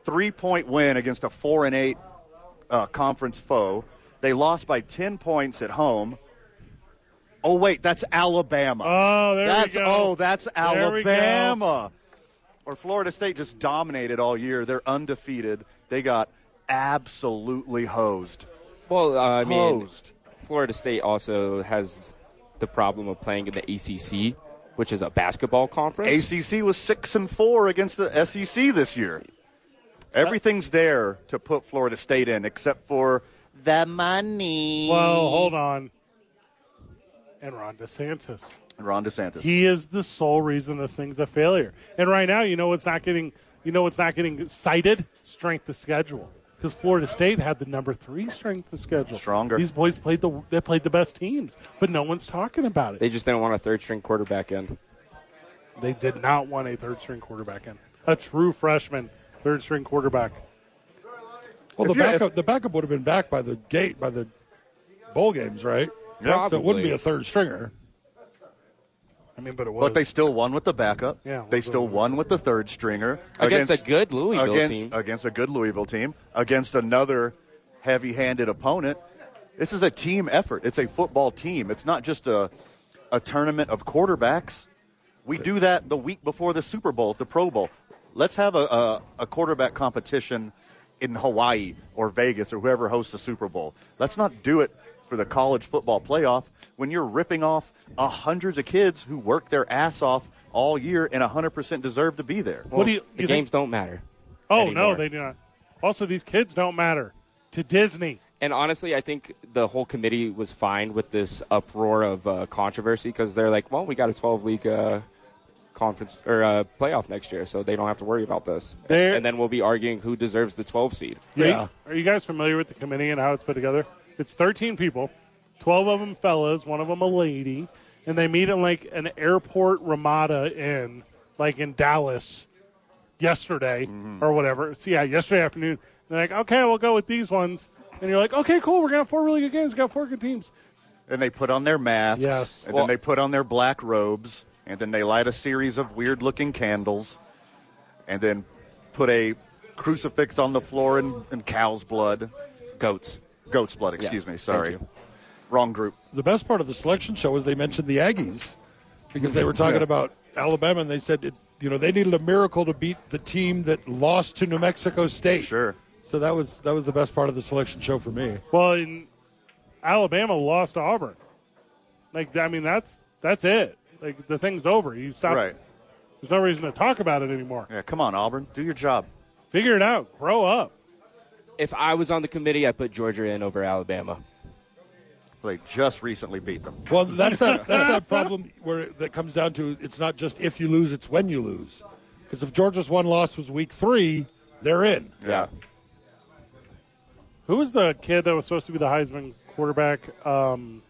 [SPEAKER 2] Three point win against a four and eight uh, conference foe. They lost by ten points at home. Oh wait, that's Alabama.
[SPEAKER 1] Oh, there we
[SPEAKER 2] that's,
[SPEAKER 1] go.
[SPEAKER 2] Oh, that's
[SPEAKER 1] There we go.
[SPEAKER 2] Alabama. Or Florida State just dominated all year. They're undefeated. They got absolutely hosed.
[SPEAKER 4] Well, uh, I mean,
[SPEAKER 2] Hosed.
[SPEAKER 4] Florida State also has the problem of playing in the ACC, which is a basketball conference.
[SPEAKER 2] ACC was six and four against the SEC this year. Everything's there to put Florida State in, except for the money.
[SPEAKER 1] Well, hold on. And Ron DeSantis.
[SPEAKER 2] Ron DeSantis.
[SPEAKER 1] He is the sole reason this thing's a failure. And right now, you know what's not getting you know what's not getting cited? Strength of schedule. Because Florida State had the number three strength of schedule.
[SPEAKER 2] Stronger.
[SPEAKER 1] These boys played the they played the best teams, but no one's talking about it.
[SPEAKER 4] They just didn't want a third string quarterback in.
[SPEAKER 1] They did not want a third string quarterback in. A true freshman third string quarterback.
[SPEAKER 5] well. The
[SPEAKER 2] If you're-
[SPEAKER 5] backup, the backup would have been back by the gate by the bowl games, right?
[SPEAKER 4] Yeah.
[SPEAKER 5] So it wouldn't be a third stringer.
[SPEAKER 1] I mean, but it was
[SPEAKER 2] but they still won with the backup.
[SPEAKER 1] Yeah, we'll
[SPEAKER 2] they
[SPEAKER 1] go
[SPEAKER 2] still
[SPEAKER 1] with
[SPEAKER 2] won with the third stringer
[SPEAKER 4] Against a good Louisville
[SPEAKER 2] against,
[SPEAKER 4] team.
[SPEAKER 2] Against a good Louisville team. Against another heavy-handed opponent. This is a team effort. It's a football team. It's not just a a tournament of quarterbacks. We do that the week before the Super Bowl at the Pro Bowl. Let's have a, a, a quarterback competition in Hawaii or Vegas or whoever hosts the Super Bowl. Let's not do it for the college football playoff when you're ripping off uh, hundreds of kids who work their ass off all year and 100% deserve to be there.
[SPEAKER 1] what do you,
[SPEAKER 4] the
[SPEAKER 1] you
[SPEAKER 4] games
[SPEAKER 1] think?
[SPEAKER 4] don't matter.
[SPEAKER 1] Oh no,
[SPEAKER 4] anymore.
[SPEAKER 1] they do not. Also, these kids don't matter to Disney.
[SPEAKER 4] And honestly, I think the whole committee was fine with this uproar of uh, controversy because they're like, well, we got a 12 league uh, conference or uh, playoff next year, so they don't have to worry about this.
[SPEAKER 1] They're-
[SPEAKER 4] and then we'll be arguing who deserves the 12 seed.
[SPEAKER 1] Are you-
[SPEAKER 5] Yeah.
[SPEAKER 1] Are you guys familiar with the committee and how it's put together? It's 13 people, 12 of them fellas, one of them a lady, and they meet in like an airport Ramada in like in Dallas yesterday or whatever. So yeah, yesterday afternoon. They're like, okay, we'll go with these ones, and you're like, okay, cool. We're gonna have four really good games. We got four good teams.
[SPEAKER 2] And they put on their masks.
[SPEAKER 1] Yes.
[SPEAKER 2] And
[SPEAKER 4] Well-
[SPEAKER 2] then they put on their black robes. And then they light a series of weird looking candles. And then put a crucifix on the floor in, in cow's blood.
[SPEAKER 4] Goats.
[SPEAKER 2] Goat's blood, excuse
[SPEAKER 4] Yes,
[SPEAKER 2] me.
[SPEAKER 4] thank
[SPEAKER 2] Sorry.
[SPEAKER 4] you.
[SPEAKER 2] Wrong group.
[SPEAKER 5] the best part of the selection show was they mentioned the Aggies because they were talking
[SPEAKER 2] Yeah.
[SPEAKER 5] about Alabama and they said it, you know they needed a miracle to beat the team that lost to New Mexico State.
[SPEAKER 2] Sure.
[SPEAKER 5] So that was that was the best part of the selection show for me.
[SPEAKER 1] Well, in Alabama lost to Auburn. Like, I mean, that's that's it. Like the thing's over. You stop.
[SPEAKER 2] Right.
[SPEAKER 1] There's no reason to talk about it anymore.
[SPEAKER 2] Yeah, come on, Auburn. Do your job.
[SPEAKER 1] Figure it out. Grow up.
[SPEAKER 4] If I was on the committee, I put Georgia in over Alabama.
[SPEAKER 2] They just recently beat them.
[SPEAKER 5] Well, that's that that's that problem where that comes down to it's not just if you lose, it's when you lose. Because if Georgia's one loss was week three, they're in.
[SPEAKER 4] Yeah.
[SPEAKER 1] Who was the kid that was supposed to be the Heisman quarterback? Um,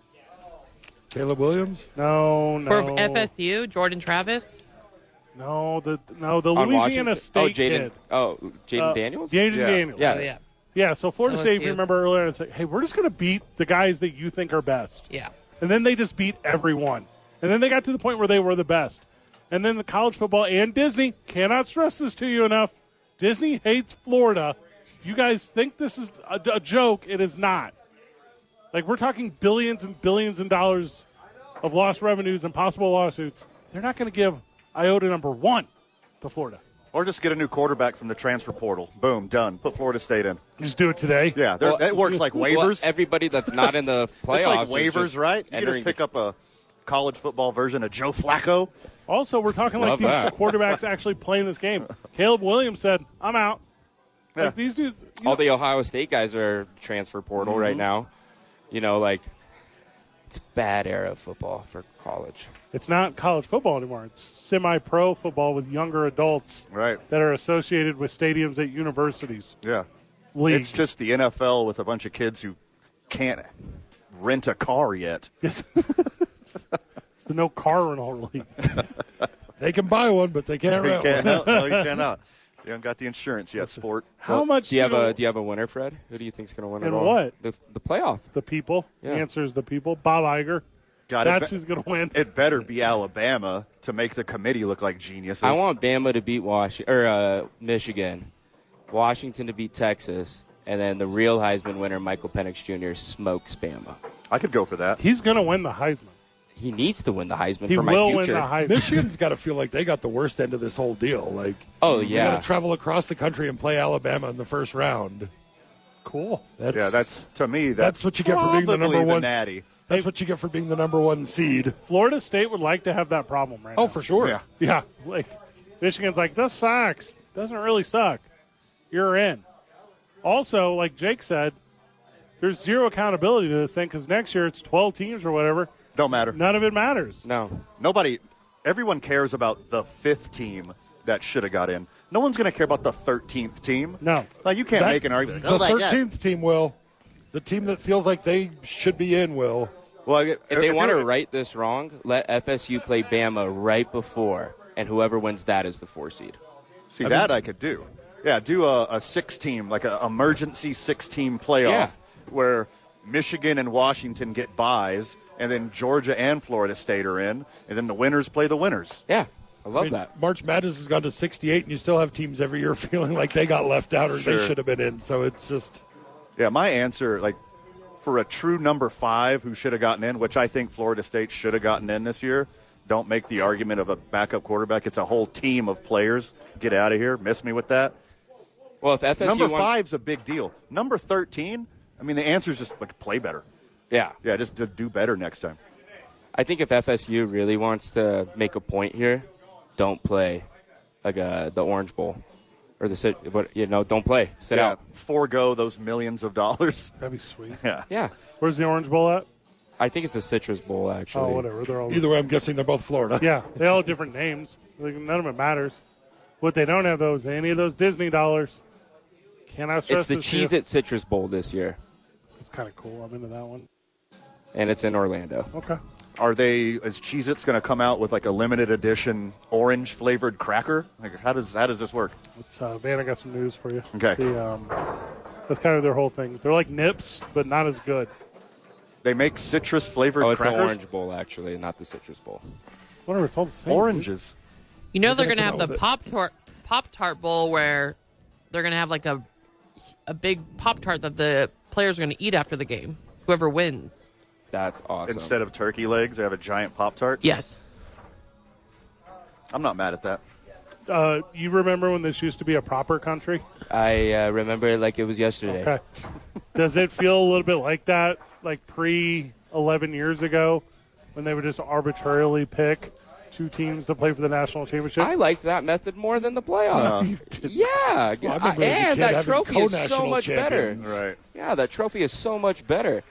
[SPEAKER 5] Caleb Williams.
[SPEAKER 1] no, no.
[SPEAKER 3] For FSU, Jordan Travis.
[SPEAKER 1] No, the no the
[SPEAKER 4] On
[SPEAKER 1] Louisiana
[SPEAKER 4] Washington.
[SPEAKER 1] State
[SPEAKER 4] oh, Jaden.
[SPEAKER 1] kid.
[SPEAKER 4] Oh, Jaden
[SPEAKER 1] Uh,
[SPEAKER 4] Daniels.
[SPEAKER 1] Jaden
[SPEAKER 2] Yeah.
[SPEAKER 1] Daniels.
[SPEAKER 4] Yeah.
[SPEAKER 3] Oh, yeah.
[SPEAKER 1] Yeah, so Florida State, if
[SPEAKER 3] LSU.
[SPEAKER 1] you remember earlier, it's like, hey, we're just going to beat the guys that you think are best.
[SPEAKER 3] Yeah.
[SPEAKER 1] And then they just beat everyone. And then they got to the point where they were the best. And then the college football and Disney cannot stress this to you enough. Disney hates Florida. You guys think this is a, a joke. It is not. Like, we're talking billions and billions and dollars of lost revenues and possible lawsuits. They're not going to give iota number one to Florida.
[SPEAKER 2] Or just get a new quarterback from the transfer portal. Boom, done. Put Florida State in.
[SPEAKER 1] Just do it today.
[SPEAKER 2] Yeah, they're-
[SPEAKER 4] Well,
[SPEAKER 2] that works like
[SPEAKER 4] well,
[SPEAKER 2] waivers.
[SPEAKER 4] everybody that's not in the playoffs.
[SPEAKER 2] it's like
[SPEAKER 4] is
[SPEAKER 2] waivers,
[SPEAKER 4] just
[SPEAKER 2] right? You can
[SPEAKER 4] entering
[SPEAKER 2] just pick
[SPEAKER 4] the-
[SPEAKER 2] up a college football version of Joe Flacco.
[SPEAKER 1] Also, we're talking like
[SPEAKER 4] Love
[SPEAKER 1] these
[SPEAKER 4] that.
[SPEAKER 1] quarterbacks actually playing this game. Caleb Williams said, "I'm out."
[SPEAKER 2] Yeah.
[SPEAKER 1] Like these dudes, you
[SPEAKER 4] all
[SPEAKER 1] know,
[SPEAKER 4] the Ohio State guys are transfer portal
[SPEAKER 1] Mm-hmm.
[SPEAKER 4] right now. You know, like it's a bad era of football for college.
[SPEAKER 1] it's not college football anymore. It's semi-pro football with younger adults
[SPEAKER 2] Right.
[SPEAKER 1] that are associated with stadiums at universities.
[SPEAKER 2] Yeah.
[SPEAKER 1] League.
[SPEAKER 2] It's just the NFL with a bunch of kids who can't rent a car yet.
[SPEAKER 1] it's, it's the no car rental league.
[SPEAKER 5] They can buy one, but they can't
[SPEAKER 2] You
[SPEAKER 5] rent
[SPEAKER 2] can't,
[SPEAKER 5] one.
[SPEAKER 2] no, no, you cannot. You haven't got the insurance yet, sport.
[SPEAKER 1] How
[SPEAKER 4] Well,
[SPEAKER 1] much
[SPEAKER 4] Do you have
[SPEAKER 1] do-
[SPEAKER 4] a Do you have a winner, Fred? Who do you think's going to win
[SPEAKER 1] In
[SPEAKER 4] it all?
[SPEAKER 1] what?
[SPEAKER 4] The the playoff.
[SPEAKER 1] The people.
[SPEAKER 4] Yeah.
[SPEAKER 1] The answer is the people. Bob Iger.
[SPEAKER 2] God,
[SPEAKER 1] That's
[SPEAKER 2] it,
[SPEAKER 1] who's going to win.
[SPEAKER 2] be- it better be Alabama to make the committee look like geniuses.
[SPEAKER 4] I want Bama to beat Wash or uh, Michigan, Washington to beat Texas, and then the real Heisman winner, Michael Penix Jr., smokes Bama.
[SPEAKER 2] I could go for that.
[SPEAKER 1] He's going to win the Heisman.
[SPEAKER 4] He needs to win the Heisman
[SPEAKER 1] He
[SPEAKER 4] for my
[SPEAKER 1] will win the
[SPEAKER 4] future.
[SPEAKER 1] Heisman.
[SPEAKER 5] Michigan's got to feel like they got the worst end of this whole deal. Like,
[SPEAKER 4] oh
[SPEAKER 5] you
[SPEAKER 4] yeah,
[SPEAKER 5] got to travel across the country and play Alabama in the first round.
[SPEAKER 1] cool.
[SPEAKER 5] That's,
[SPEAKER 2] yeah, that's to me. That's,
[SPEAKER 5] That's what you get for being the
[SPEAKER 2] probably
[SPEAKER 5] number one-
[SPEAKER 2] natty.
[SPEAKER 5] that's what you get for being the number one seed.
[SPEAKER 1] Florida State would like to have that problem right
[SPEAKER 5] Oh,
[SPEAKER 1] now.
[SPEAKER 5] for sure.
[SPEAKER 2] Yeah.
[SPEAKER 1] Yeah, like Michigan's like this sucks. Doesn't really suck. You're in. Also, like Jake said, there's zero accountability to this thing because next year it's 12 teams or whatever.
[SPEAKER 2] Don't matter.
[SPEAKER 1] None of it matters.
[SPEAKER 4] no.
[SPEAKER 2] Nobody, everyone cares about the fifth team that should have got in. No one's going to care about the thirteenth team.
[SPEAKER 1] No.
[SPEAKER 2] like you can't
[SPEAKER 5] That-
[SPEAKER 2] make an argument.
[SPEAKER 5] The thirteenth team will. The team that feels like they should be in will.
[SPEAKER 2] Well,
[SPEAKER 4] If they want to right this wrong, let FSU play Bama right before, and whoever wins that is the four seed.
[SPEAKER 2] see that, I could do. Yeah, do a, a six team, like an emergency six team playoff
[SPEAKER 4] Yeah.
[SPEAKER 2] where Michigan and Washington get buys, and then Georgia and Florida State are in, and then the winners play the winners.
[SPEAKER 4] Yeah, I love
[SPEAKER 5] I mean,
[SPEAKER 4] that.
[SPEAKER 5] March Madness has gone to sixty-eight, and you still have teams every year feeling like they got left out or
[SPEAKER 2] Sure.
[SPEAKER 5] they should have been in. So it's just
[SPEAKER 2] Yeah, my answer, like, for a true number five who should have gotten in, which I think Florida State should have gotten in this year, don't make the argument of a backup quarterback. It's a whole team of players. Get out of here. Miss me with that.
[SPEAKER 4] Well, if FSU
[SPEAKER 2] number
[SPEAKER 4] won-
[SPEAKER 2] five's a big deal. Number 13, I mean, the answer is just like play better.
[SPEAKER 4] yeah,
[SPEAKER 2] Yeah, just to do better next time.
[SPEAKER 4] I think if FSU really wants to make a point here, don't play like uh, the Orange Bowl or the sit. But you know, don't play. Sit
[SPEAKER 2] Yeah,
[SPEAKER 4] out.
[SPEAKER 2] forego those millions of dollars.
[SPEAKER 1] That'd be sweet.
[SPEAKER 4] Yeah,
[SPEAKER 1] Where's the Orange Bowl at?
[SPEAKER 4] I think it's the Citrus Bowl actually.
[SPEAKER 1] Oh, whatever. They're all
[SPEAKER 5] either way, I'm guessing they're both Florida.
[SPEAKER 1] yeah. They all have different names. Like, none of it matters. What they don't have those any of those Disney dollars. Cannot stress
[SPEAKER 4] It's the
[SPEAKER 1] this to you.
[SPEAKER 4] Cheez It Citrus Bowl this year,
[SPEAKER 1] It's kind of cool. I'm into that one.
[SPEAKER 4] and it's in Orlando.
[SPEAKER 1] Okay.
[SPEAKER 2] Are they, is Cheez It's going to come out with like a limited edition orange flavored cracker? Like, how does, how does this work?
[SPEAKER 1] It's, uh, Van, I got some news for you.
[SPEAKER 2] Okay.
[SPEAKER 1] The, um, that's kind of their whole thing. They're like nips, but not as good.
[SPEAKER 2] They make citrus flavored
[SPEAKER 4] Oh, it's
[SPEAKER 2] crackers?
[SPEAKER 4] the Orange Bowl actually, not the Citrus Bowl.
[SPEAKER 1] Whatever, it's all the same.
[SPEAKER 2] Oranges.
[SPEAKER 3] You know they're
[SPEAKER 5] gonna
[SPEAKER 3] gonna
[SPEAKER 5] come
[SPEAKER 3] have
[SPEAKER 5] out
[SPEAKER 3] the
[SPEAKER 5] with it.
[SPEAKER 3] pop tart pop tart bowl where they're gonna have like a a big pop tart that the players are gonna eat after the game. Whoever wins.
[SPEAKER 4] That's awesome.
[SPEAKER 2] instead of turkey legs, they have a giant Pop Tart.
[SPEAKER 3] Yes.
[SPEAKER 2] I'm not mad at that.
[SPEAKER 1] Uh, you remember when this used to be a proper country?
[SPEAKER 4] I uh, remember it like it was yesterday.
[SPEAKER 1] Okay. Does it feel a little bit like that, like pre 11 years ago, when they would just arbitrarily pick two teams to play for the national championship?
[SPEAKER 4] I liked that method more than the playoff. yeah,
[SPEAKER 5] Well, I
[SPEAKER 4] I-
[SPEAKER 5] remember as a
[SPEAKER 4] and
[SPEAKER 5] kid
[SPEAKER 4] that
[SPEAKER 5] having
[SPEAKER 4] trophy is so
[SPEAKER 5] co-national
[SPEAKER 4] much better.
[SPEAKER 5] champions. Right.
[SPEAKER 4] Yeah, that trophy is so much better.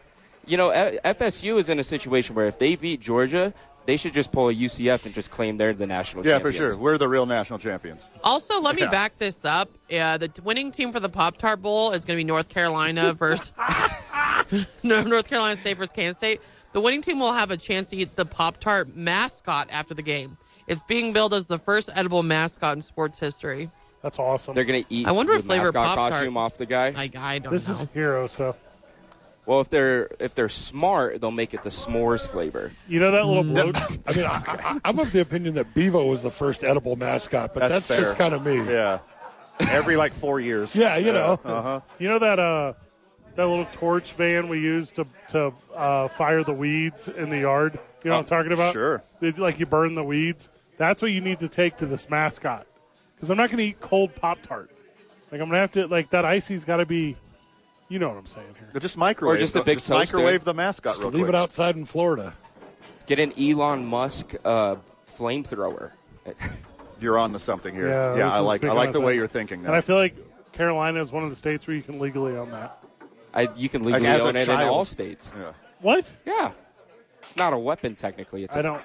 [SPEAKER 4] You know, F- FSU is in a situation where if they beat Georgia, They should just pull a UCF and just claim they're the national
[SPEAKER 2] Yeah, for
[SPEAKER 4] champions.
[SPEAKER 2] sure. We're the real national champions.
[SPEAKER 3] Also, let me
[SPEAKER 2] Yeah.
[SPEAKER 3] back this up. Yeah, the t- winning team for the Pop Tart Bowl is going to be North Carolina versus No, North Carolina State versus Kansas State. The winning team will have a chance to eat the Pop Tart mascot after the game. It's being billed as the first edible mascot in sports history.
[SPEAKER 1] That's awesome.
[SPEAKER 4] They're gonna eat.
[SPEAKER 3] I wonder
[SPEAKER 4] the
[SPEAKER 3] if flavor
[SPEAKER 4] mascot
[SPEAKER 3] Pop-Tart-
[SPEAKER 4] costume off the guy.
[SPEAKER 3] I, I don't
[SPEAKER 1] This
[SPEAKER 3] know.
[SPEAKER 1] is hero stuff.
[SPEAKER 4] well, if they're if they're smart, they'll make it the s'mores flavor.
[SPEAKER 1] You know that
[SPEAKER 4] Mm.
[SPEAKER 1] little bloat?
[SPEAKER 5] I mean, I, I, I'm of the opinion that Bevo was the first edible mascot, but that's,
[SPEAKER 2] That's fair.
[SPEAKER 5] just kind of me.
[SPEAKER 2] Yeah. Uh-huh. Every like four years.
[SPEAKER 5] Yeah, you know.
[SPEAKER 1] You know that uh, that little torch van we use to to uh, fire the weeds in the yard. You know what I'm talking about?
[SPEAKER 2] Uh, sure.
[SPEAKER 1] It's like you burn the weeds. That's what you need to take to this mascot. Because I'm not going to eat cold Pop Tart. Like I'm going to have to like that icy's got to be. You know what I'm saying here.
[SPEAKER 2] Just microwave.
[SPEAKER 4] Or just
[SPEAKER 2] the-
[SPEAKER 4] a big
[SPEAKER 2] just
[SPEAKER 4] toaster.
[SPEAKER 2] microwave the mascot.
[SPEAKER 5] Just
[SPEAKER 2] Real
[SPEAKER 5] leave
[SPEAKER 2] quick.
[SPEAKER 5] it outside in Florida.
[SPEAKER 4] Get an Elon Musk uh, flamethrower.
[SPEAKER 2] You're on to something here.
[SPEAKER 1] Yeah,
[SPEAKER 2] Yeah,
[SPEAKER 1] this
[SPEAKER 2] I
[SPEAKER 1] is
[SPEAKER 2] like I
[SPEAKER 1] picking
[SPEAKER 2] like
[SPEAKER 1] up
[SPEAKER 2] the way
[SPEAKER 1] that.
[SPEAKER 2] you're thinking
[SPEAKER 1] And I
[SPEAKER 2] now.
[SPEAKER 1] feel like Carolina is one of the states where you can legally own that.
[SPEAKER 4] I, you can legally
[SPEAKER 2] as a
[SPEAKER 4] own it in
[SPEAKER 2] child.
[SPEAKER 4] all states.
[SPEAKER 2] Yeah.
[SPEAKER 1] What?
[SPEAKER 4] Yeah, it's not a weapon technically. It's a,
[SPEAKER 1] I don't.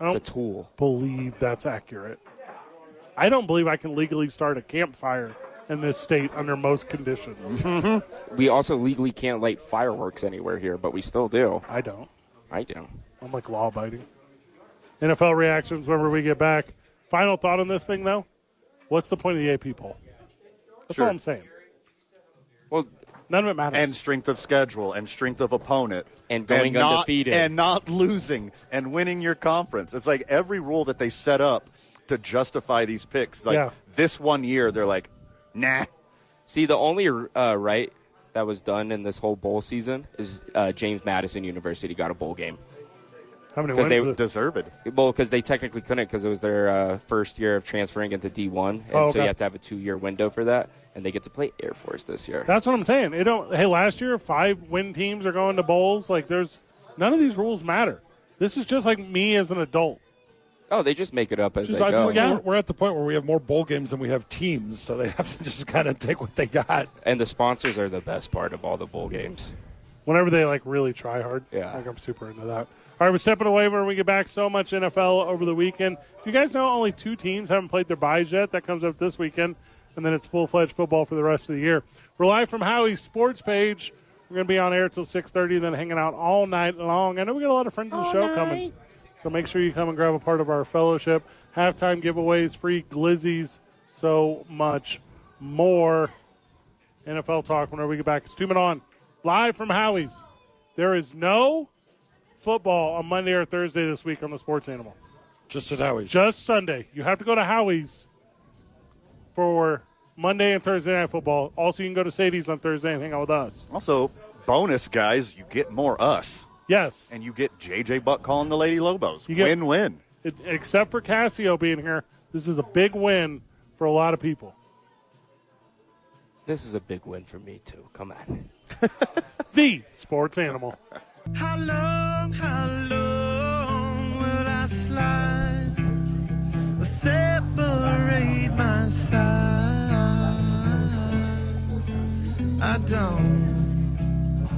[SPEAKER 1] I
[SPEAKER 4] It's a
[SPEAKER 1] don't
[SPEAKER 4] tool.
[SPEAKER 1] believe that's accurate. I don't believe I can legally start a campfire in this state under most conditions.
[SPEAKER 4] We also legally can't light fireworks anywhere here, but we still do.
[SPEAKER 1] I don't.
[SPEAKER 4] I do.
[SPEAKER 1] I'm like law abiding. NFL reactions whenever we get back. Final thought on this thing though? What's the point of the AP poll? That's all I'm saying.
[SPEAKER 4] Well,
[SPEAKER 1] None of it matters.
[SPEAKER 2] And strength of schedule and strength of opponent
[SPEAKER 4] And going
[SPEAKER 2] not,
[SPEAKER 4] undefeated.
[SPEAKER 2] and not losing and winning your conference. It's like every rule that they set up to justify these picks. Like
[SPEAKER 1] Yeah.
[SPEAKER 2] this one year, they're like, nah.
[SPEAKER 4] see, the only uh, right that was done in this whole bowl season is uh, James Madison University got a bowl game.
[SPEAKER 1] How many wins?
[SPEAKER 4] 'cause they-
[SPEAKER 1] the-
[SPEAKER 2] Deserved.
[SPEAKER 4] Well, because they technically couldn't, because it was their uh, first year of transferring into D1, and
[SPEAKER 1] Oh,
[SPEAKER 4] so
[SPEAKER 1] okay.
[SPEAKER 4] you have to have a two-year window for that, and they get to play Air Force this year.
[SPEAKER 1] That's what I'm saying. It don't. Hey, last year five win teams are going to bowls. Like there's none of these rules matter. This is just like me as an adult.
[SPEAKER 4] oh, they just make it up as
[SPEAKER 1] Just
[SPEAKER 4] they
[SPEAKER 1] like,
[SPEAKER 4] go,
[SPEAKER 1] well, Oh, yeah.
[SPEAKER 5] We're, we're at the point where we have more bowl games than we have teams, so they have to just kind of take what they got.
[SPEAKER 4] and the sponsors are the best part of all the bowl games.
[SPEAKER 1] whenever they like really try hard.
[SPEAKER 4] Yeah.
[SPEAKER 1] Like I'm super into that. All right, we're stepping away when we get back. So much NFL over the weekend. If you guys know only two teams haven't played their buys yet, that comes up this weekend, and then it's full fledged football for the rest of the year. We're live from Howie's sports page. We're gonna be on air till six thirty, then hanging out all night long. I know we got a lot of friends of the show coming. So make sure you come and grab a part of our fellowship. Halftime giveaways, free glizzies, so much more. NFL talk whenever we get back. It's two men on live from Howie's. There is no football on Monday or Thursday this week on the Sports Animal.
[SPEAKER 5] Just at Howie's.
[SPEAKER 1] Just Sunday. You have to go to Howie's for Monday and Thursday night football. Also, you can go to Sadie's on Thursday and hang out with us.
[SPEAKER 2] Also, bonus guys, you get more us,
[SPEAKER 1] Yes,
[SPEAKER 2] and you get JJ Buck calling the Lady Lobos.
[SPEAKER 1] You get-
[SPEAKER 2] win win.
[SPEAKER 1] it, except for Cassio being here, this is a big win for a lot of people.
[SPEAKER 4] This is a big win for me too. Come on.
[SPEAKER 1] The Sports Animal.
[SPEAKER 6] How long, how long will I slide? Separate my side. I don't,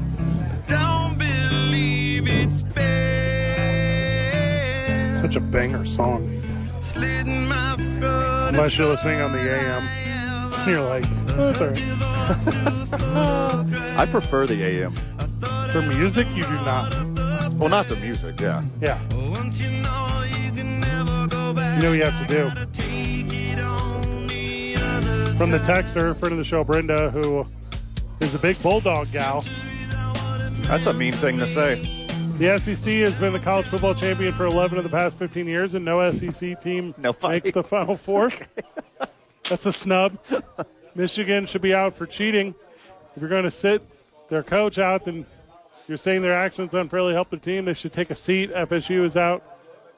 [SPEAKER 6] don't believe it's been
[SPEAKER 1] Such a banger song.
[SPEAKER 6] slid in my throat.
[SPEAKER 1] Unless you're listening on the AM, you're like, oh, it's all right.
[SPEAKER 2] I prefer the AM.
[SPEAKER 1] For music, you do not.
[SPEAKER 2] Well, not the music, yeah.
[SPEAKER 1] Yeah.
[SPEAKER 6] Once you know you can never go back.
[SPEAKER 1] You know what you have to do.
[SPEAKER 6] Take it on the other
[SPEAKER 1] From the texter, friend of the show, Brenda, who is a big bulldog gal.
[SPEAKER 2] That's a mean thing to say.
[SPEAKER 1] The SEC has been the college football champion for 11 of the past 15 years, and no SEC team
[SPEAKER 2] No fight.
[SPEAKER 1] makes the Final Four. That's a snub. Michigan should be out for cheating. If you're going to sit their coach out, then you're saying their actions unfairly help the team. They should take a seat. FSU is out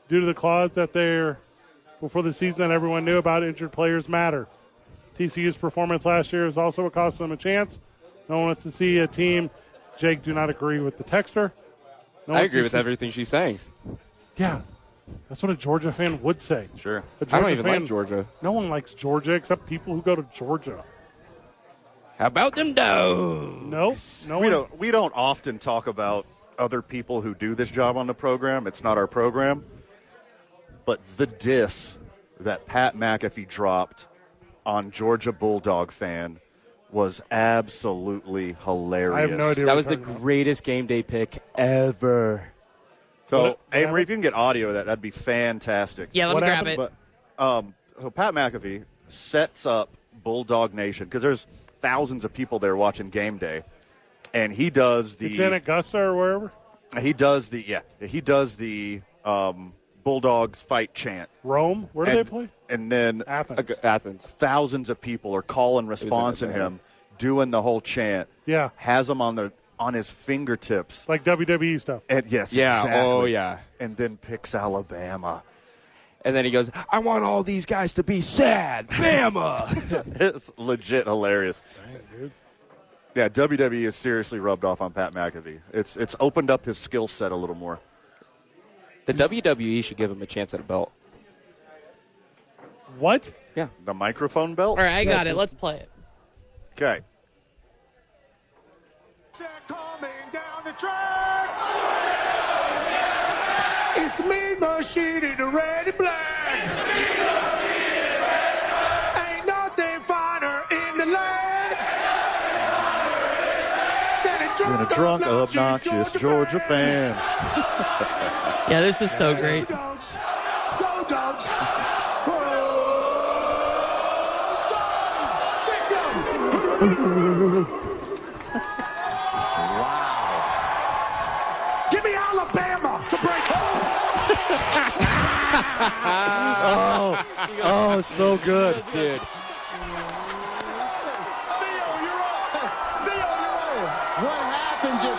[SPEAKER 1] due to the clause that they're before the season that everyone knew about. Injured players matter. TCU's performance last year is also what cost them a chance. No one wants to see a team. Jake, do not agree with the texter. No
[SPEAKER 4] I
[SPEAKER 1] one
[SPEAKER 4] agree
[SPEAKER 1] sees
[SPEAKER 4] with
[SPEAKER 1] the-
[SPEAKER 4] everything she's saying.
[SPEAKER 1] Yeah, that's what a Georgia fan would say.
[SPEAKER 2] Sure.
[SPEAKER 1] A
[SPEAKER 4] I
[SPEAKER 1] Georgia
[SPEAKER 4] don't even
[SPEAKER 1] fan,
[SPEAKER 4] like Georgia.
[SPEAKER 1] No one likes Georgia except people who go to Georgia.
[SPEAKER 4] How about them dogs?
[SPEAKER 1] No, no
[SPEAKER 2] We
[SPEAKER 1] one.
[SPEAKER 2] don't we don't often talk about other people who do this job on the program. It's not our program. but the diss that Pat McAfee dropped on Georgia Bulldog fan was absolutely hilarious.
[SPEAKER 1] I have no idea.
[SPEAKER 4] That
[SPEAKER 1] what
[SPEAKER 4] was
[SPEAKER 1] you're
[SPEAKER 4] the
[SPEAKER 1] talking about.
[SPEAKER 4] greatest game day pick ever.
[SPEAKER 2] So,
[SPEAKER 1] What-
[SPEAKER 2] Amory, if you can get audio of that, that'd be fantastic.
[SPEAKER 3] Yeah, let
[SPEAKER 1] What
[SPEAKER 3] me grab
[SPEAKER 1] happened-
[SPEAKER 3] it.
[SPEAKER 2] But um, so Pat McAfee sets up Bulldog Nation because there's thousands of people there watching game day, and he does the
[SPEAKER 1] It's in Augusta or wherever.
[SPEAKER 2] he does the yeah he does the um, Bulldogs fight chant.
[SPEAKER 1] Rome. Where do
[SPEAKER 2] and,
[SPEAKER 1] they play?
[SPEAKER 2] And then
[SPEAKER 1] Athens.
[SPEAKER 4] Ag- Athens.
[SPEAKER 2] thousands of people are calling response in
[SPEAKER 4] Atlanta.
[SPEAKER 2] him, doing the whole chant.
[SPEAKER 1] Yeah.
[SPEAKER 2] has him on the on his fingertips.
[SPEAKER 1] It's like WWE stuff.
[SPEAKER 2] And yes,
[SPEAKER 4] Yeah,
[SPEAKER 2] exactly.
[SPEAKER 4] oh, yeah.
[SPEAKER 2] And then picks Alabama.
[SPEAKER 4] And then he goes, I want all these guys to be sad. Bama.
[SPEAKER 2] It's legit hilarious. Yeah, WWE is seriously rubbed off on Pat McAfee. It's it's opened up his skill set a little more.
[SPEAKER 4] the WWE should give him a chance at a belt.
[SPEAKER 1] What?
[SPEAKER 4] Yeah.
[SPEAKER 2] The microphone belt.
[SPEAKER 3] All right, I got it. Let's play it.
[SPEAKER 2] Okay.
[SPEAKER 7] It's me, Machine in the red and black. Ain't nothing finer in the land than a
[SPEAKER 2] And a
[SPEAKER 7] drunk,
[SPEAKER 2] drunk, obnoxious Georgia fan.
[SPEAKER 3] Yeah, this is so great.
[SPEAKER 7] Go dogs. Go dogs. Go dogs. Sick them.
[SPEAKER 2] Wow.
[SPEAKER 7] Give me Alabama to break home.
[SPEAKER 2] Oh, so good.
[SPEAKER 4] Dude.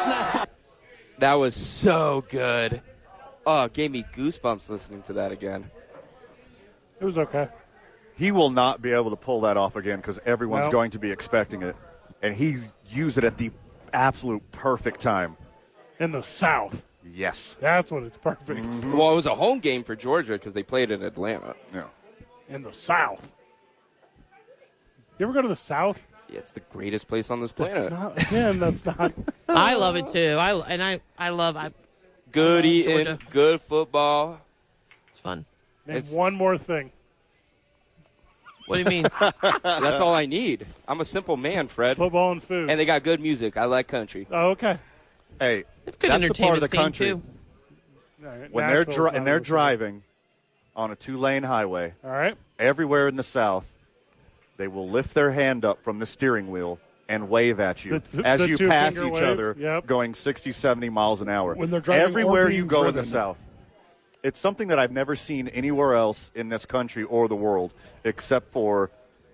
[SPEAKER 4] That was so good. Oh, it gave me goosebumps listening to that again.
[SPEAKER 1] It was okay.
[SPEAKER 2] He will not be able to pull that off again because everyone's
[SPEAKER 1] No.
[SPEAKER 2] going to be expecting it, and he used it at the absolute perfect time.
[SPEAKER 1] In the South.
[SPEAKER 2] Yes.
[SPEAKER 1] That's when it's perfect.
[SPEAKER 4] Well, it was a home game for Georgia because they played in Atlanta.
[SPEAKER 2] Yeah.
[SPEAKER 1] In the South. You ever go to the South?
[SPEAKER 4] Yeah, it's the greatest place on this
[SPEAKER 1] That's
[SPEAKER 4] planet.
[SPEAKER 1] not again. That's not.
[SPEAKER 3] I love it too. I and I I love. I,
[SPEAKER 4] Good eating,
[SPEAKER 3] Georgia.
[SPEAKER 4] good football.
[SPEAKER 3] it's fun.
[SPEAKER 1] Name
[SPEAKER 4] It's-
[SPEAKER 1] one more thing.
[SPEAKER 3] What do you mean?
[SPEAKER 4] That's all I need. I'm a simple man, Fred.
[SPEAKER 1] Football and food.
[SPEAKER 4] And they got good music. I like country.
[SPEAKER 1] oh, okay.
[SPEAKER 2] Hey,
[SPEAKER 3] Good
[SPEAKER 2] that's the
[SPEAKER 3] entertainment
[SPEAKER 2] part of the
[SPEAKER 3] scene,
[SPEAKER 2] country
[SPEAKER 3] too.
[SPEAKER 1] All right,
[SPEAKER 2] when they're
[SPEAKER 1] Nashville's
[SPEAKER 2] dri-
[SPEAKER 1] not
[SPEAKER 2] and they're
[SPEAKER 1] listening.
[SPEAKER 2] driving on a two-lane highway.
[SPEAKER 1] All right.
[SPEAKER 2] everywhere in the South, they will lift their hand up from the steering wheel and wave at you
[SPEAKER 1] The- the-
[SPEAKER 2] as
[SPEAKER 1] the
[SPEAKER 2] you
[SPEAKER 1] two
[SPEAKER 2] pass
[SPEAKER 1] finger
[SPEAKER 2] each
[SPEAKER 1] wave,
[SPEAKER 2] other,
[SPEAKER 1] yep.
[SPEAKER 2] going 60, 70 miles an hour.
[SPEAKER 5] When they're driving or
[SPEAKER 2] everywhere
[SPEAKER 5] being
[SPEAKER 2] you go in the
[SPEAKER 5] driven.
[SPEAKER 2] South. It's something that I've never seen anywhere else in this country or the world, except for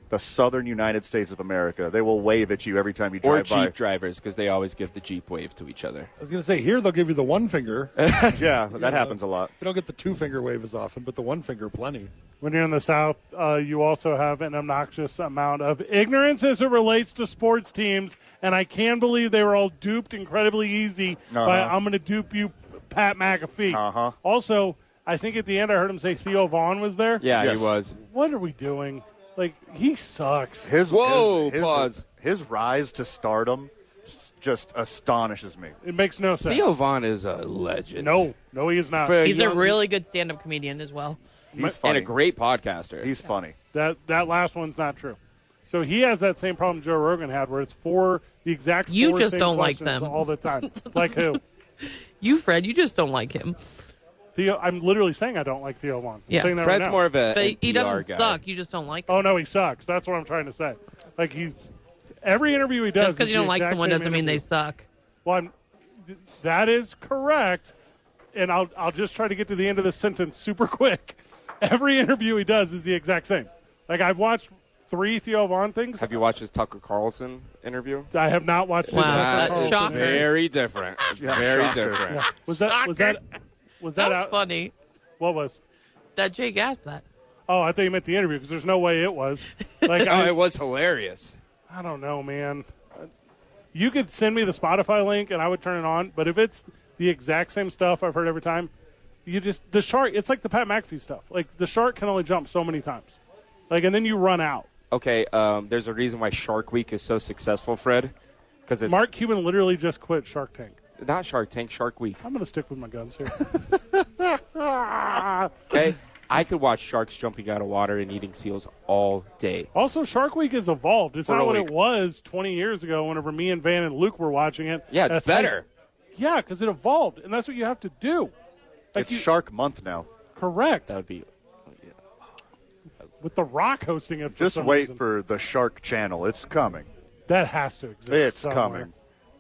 [SPEAKER 2] the southern United States of America. They will wave at you every time you
[SPEAKER 4] Or
[SPEAKER 2] drive
[SPEAKER 4] Jeep drivers because they always give the Jeep wave to each other.
[SPEAKER 5] I was going to say, here they'll give you the one finger. They
[SPEAKER 2] by. Yeah, that happens a lot.
[SPEAKER 5] don't get the two finger wave as often, but the one finger plenty.
[SPEAKER 1] When you're in the South, uh, you also have an obnoxious amount of ignorance as it relates to sports teams, and I can believe they were all duped incredibly easy by
[SPEAKER 2] Uh-huh.
[SPEAKER 1] "I'm going to dupe you, Pat McAfee."
[SPEAKER 2] Uh-huh.
[SPEAKER 1] Also, I think at the end I heard him say Theo Vaughn was there.
[SPEAKER 4] Yeah,
[SPEAKER 2] Yes.
[SPEAKER 4] he was.
[SPEAKER 1] What are we doing? Like he sucks.
[SPEAKER 2] His,
[SPEAKER 4] Whoa,
[SPEAKER 2] his, his,
[SPEAKER 4] pause.
[SPEAKER 2] his rise to stardom s- just astonishes me.
[SPEAKER 1] It makes no sense.
[SPEAKER 4] Theo Vaughn is a legend.
[SPEAKER 1] No, no, he is not.
[SPEAKER 4] For
[SPEAKER 3] He's a
[SPEAKER 4] young-
[SPEAKER 3] really good stand-up comedian as well.
[SPEAKER 2] He's
[SPEAKER 4] and
[SPEAKER 2] funny.
[SPEAKER 4] a great podcaster.
[SPEAKER 2] He's funny.
[SPEAKER 1] That that last one's not true. So he has that same problem Joe Rogan had, where it's four the exact.
[SPEAKER 3] You
[SPEAKER 1] four
[SPEAKER 3] just
[SPEAKER 1] same
[SPEAKER 3] don't like
[SPEAKER 1] questions
[SPEAKER 3] them.
[SPEAKER 1] all the time. like who?
[SPEAKER 3] You, Fred, you just don't like him.
[SPEAKER 1] Theo, I'm literally saying I don't like Theo Vaughn. I'm
[SPEAKER 3] Yeah.
[SPEAKER 1] saying that right
[SPEAKER 4] Fred's
[SPEAKER 1] now.
[SPEAKER 4] more of a
[SPEAKER 3] But he
[SPEAKER 4] NPR
[SPEAKER 3] doesn't
[SPEAKER 4] guy.
[SPEAKER 3] suck. You just don't like him.
[SPEAKER 1] Oh no, he sucks. That's what I'm trying to say. Like he's every interview he does.
[SPEAKER 3] just because
[SPEAKER 1] is
[SPEAKER 3] you
[SPEAKER 1] the
[SPEAKER 3] don't like
[SPEAKER 1] exact
[SPEAKER 3] someone
[SPEAKER 1] same
[SPEAKER 3] doesn't mean they
[SPEAKER 1] interview.
[SPEAKER 3] suck.
[SPEAKER 1] Well, I'm, that is correct, and I'll I'll just try to get to the end of this sentence super quick. Every interview he does is the exact same. Like I've watched three Theo Vaughn things.
[SPEAKER 4] Have you watched his Tucker Carlson interview?
[SPEAKER 1] I have not watched. his
[SPEAKER 3] Wow,
[SPEAKER 1] Tucker
[SPEAKER 3] that's
[SPEAKER 1] Carlson
[SPEAKER 3] shocking.
[SPEAKER 1] interview.
[SPEAKER 4] Very different. It's very different.
[SPEAKER 1] Was that was that was that,
[SPEAKER 3] That was
[SPEAKER 1] out,
[SPEAKER 3] funny
[SPEAKER 1] what was?
[SPEAKER 3] that Jake asked that.
[SPEAKER 1] Oh, I thought you meant the interview because there's no way it was. Like
[SPEAKER 4] Oh,
[SPEAKER 1] I,
[SPEAKER 4] it was hilarious.
[SPEAKER 1] I don't know, man. You could send me the Spotify link and I would turn it on, but if it's the exact same stuff I've heard every time, you just the shark. It's like the Pat McAfee stuff. Like the shark can only jump so many times, like and then you run out.
[SPEAKER 4] Okay, um, there's a reason why Shark Week is so successful, Fred. Because it's
[SPEAKER 1] Mark Cuban literally just quit Shark Tank.
[SPEAKER 4] not Shark Tank, Shark Week.
[SPEAKER 1] I'm gonna stick with my guns here.
[SPEAKER 4] Okay, I could watch sharks jumping out of water and eating seals all day.
[SPEAKER 1] Also, Shark Week has evolved. It's
[SPEAKER 4] For
[SPEAKER 1] not
[SPEAKER 4] a
[SPEAKER 1] what
[SPEAKER 4] week.
[SPEAKER 1] it was 20 years ago. Whenever me and Van and Luke were watching it,
[SPEAKER 4] Yeah,
[SPEAKER 1] That's-
[SPEAKER 4] it's better.
[SPEAKER 1] Yeah, because it evolved, and that's what you have to do. Like
[SPEAKER 2] It's
[SPEAKER 1] you-
[SPEAKER 2] Shark Month now.
[SPEAKER 1] correct
[SPEAKER 4] That would be
[SPEAKER 1] with the Rock hosting it. For
[SPEAKER 2] Just
[SPEAKER 1] some
[SPEAKER 2] wait
[SPEAKER 1] reason.
[SPEAKER 2] for the Shark Channel. It's coming.
[SPEAKER 1] that has to exist.
[SPEAKER 2] It's
[SPEAKER 1] somewhere.
[SPEAKER 2] coming.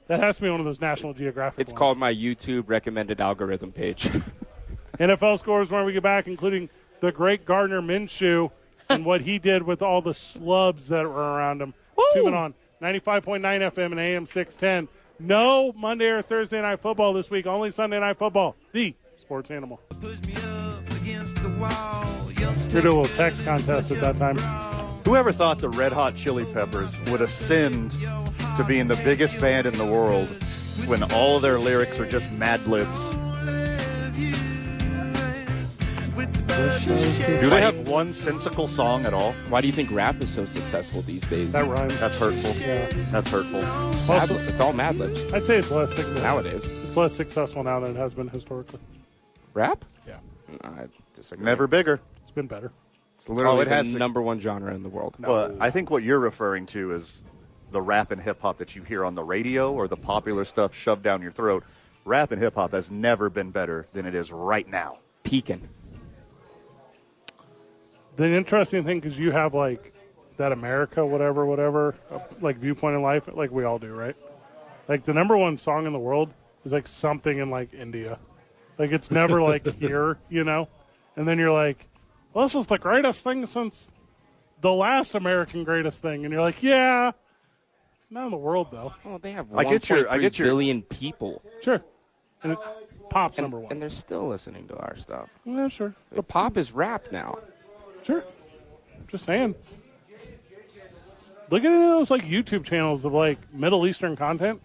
[SPEAKER 1] That has to be one of those National Geographic.
[SPEAKER 4] It's
[SPEAKER 1] ones.
[SPEAKER 4] called my YouTube recommended algorithm page.
[SPEAKER 1] NFL scores when we get back, including the great Gardner Minshew and what he did with all the slubs that were around him. Tune in on 95.9 FM and AM 610. No Monday or Thursday night football this week, only Sunday night football. The sports animal.
[SPEAKER 6] Push me up against the wall. You'll
[SPEAKER 1] We're
[SPEAKER 6] take
[SPEAKER 1] doing a little text contest at that time.
[SPEAKER 2] Whoever thought the Red Hot Chili Peppers would ascend to being the biggest band in the world when all their lyrics are just mad libs? Do they have one sensical song at all?
[SPEAKER 4] Why do you think rap is so successful these days?
[SPEAKER 1] That rhymes.
[SPEAKER 2] That's hurtful. That's hurtful.
[SPEAKER 4] Mad-
[SPEAKER 1] Also,
[SPEAKER 4] it's all Mad Libs
[SPEAKER 1] I'd say it's less successful.
[SPEAKER 4] nowadays.
[SPEAKER 1] It's less successful now than it has been historically.
[SPEAKER 4] Rap?
[SPEAKER 1] Yeah.
[SPEAKER 4] I disagree.
[SPEAKER 2] Never bigger.
[SPEAKER 1] It's been better.
[SPEAKER 4] It's literally
[SPEAKER 2] Oh, it
[SPEAKER 4] the
[SPEAKER 2] has to-
[SPEAKER 4] number one genre in the world.
[SPEAKER 2] Well, I think what you're referring to is the rap and hip hop that you hear on the radio or the popular stuff shoved down your throat. Rap and hip hop has never been better than it is right now.
[SPEAKER 4] Peaking.
[SPEAKER 1] The interesting thing, because you have like that America, whatever, whatever, uh, like viewpoint in life, like we all do, right? Like the number one song in the world is like something in like India. Like it's never like here, you know? And then you're like, well, this is the greatest thing since the last American greatest thing. And you're like, yeah, not in the world though.
[SPEAKER 4] Oh, they have
[SPEAKER 2] I get your- I
[SPEAKER 4] 1.3
[SPEAKER 2] get your-
[SPEAKER 4] billion people,
[SPEAKER 1] Sure. And it, pop's
[SPEAKER 4] and,
[SPEAKER 1] number one.
[SPEAKER 4] and they're still listening to our stuff.
[SPEAKER 1] yeah, sure.
[SPEAKER 4] The pop is rap now.
[SPEAKER 1] Sure. Just saying. Look at any of those like YouTube channels of like Middle Eastern content.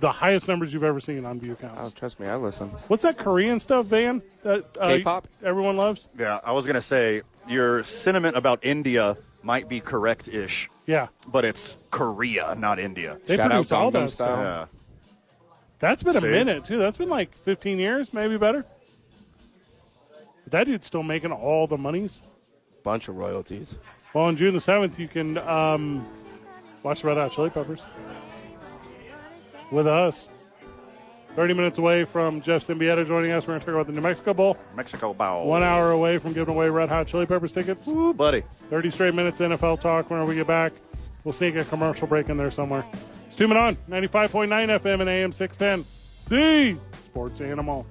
[SPEAKER 1] The highest numbers you've ever seen on view counts.
[SPEAKER 4] Oh, trust me, I listen.
[SPEAKER 1] What's that Korean stuff, Van? That uh,
[SPEAKER 4] K-pop?
[SPEAKER 1] everyone loves.
[SPEAKER 2] Yeah, I was going to say your sentiment about India might be correct ish,
[SPEAKER 1] Yeah,
[SPEAKER 2] but it's Korea, not India.
[SPEAKER 1] they
[SPEAKER 4] Shout out
[SPEAKER 1] produce all
[SPEAKER 4] Gangnam
[SPEAKER 1] that
[SPEAKER 4] Style.
[SPEAKER 1] stuff.
[SPEAKER 2] Yeah.
[SPEAKER 1] That's been a
[SPEAKER 2] See?
[SPEAKER 1] minute too. That's been like 15 years, maybe better. But that dude's still making all the monies.
[SPEAKER 4] Bunch of royalties.
[SPEAKER 1] Well, on June the 7th, you can um, watch the Red Hot Chili Peppers with us. 30 minutes away from Jeff Symbieta joining us. We're going to talk about the New Mexico Bowl.
[SPEAKER 2] Mexico bow.
[SPEAKER 1] One hour away from giving away Red Hot Chili Peppers tickets.
[SPEAKER 2] Ooh, buddy.
[SPEAKER 1] 30 straight minutes NFL talk. Whenever we get back, we'll sneak a commercial break in there somewhere. It's Tuning On, 95.9 FM and AM 610. The Sports Animal.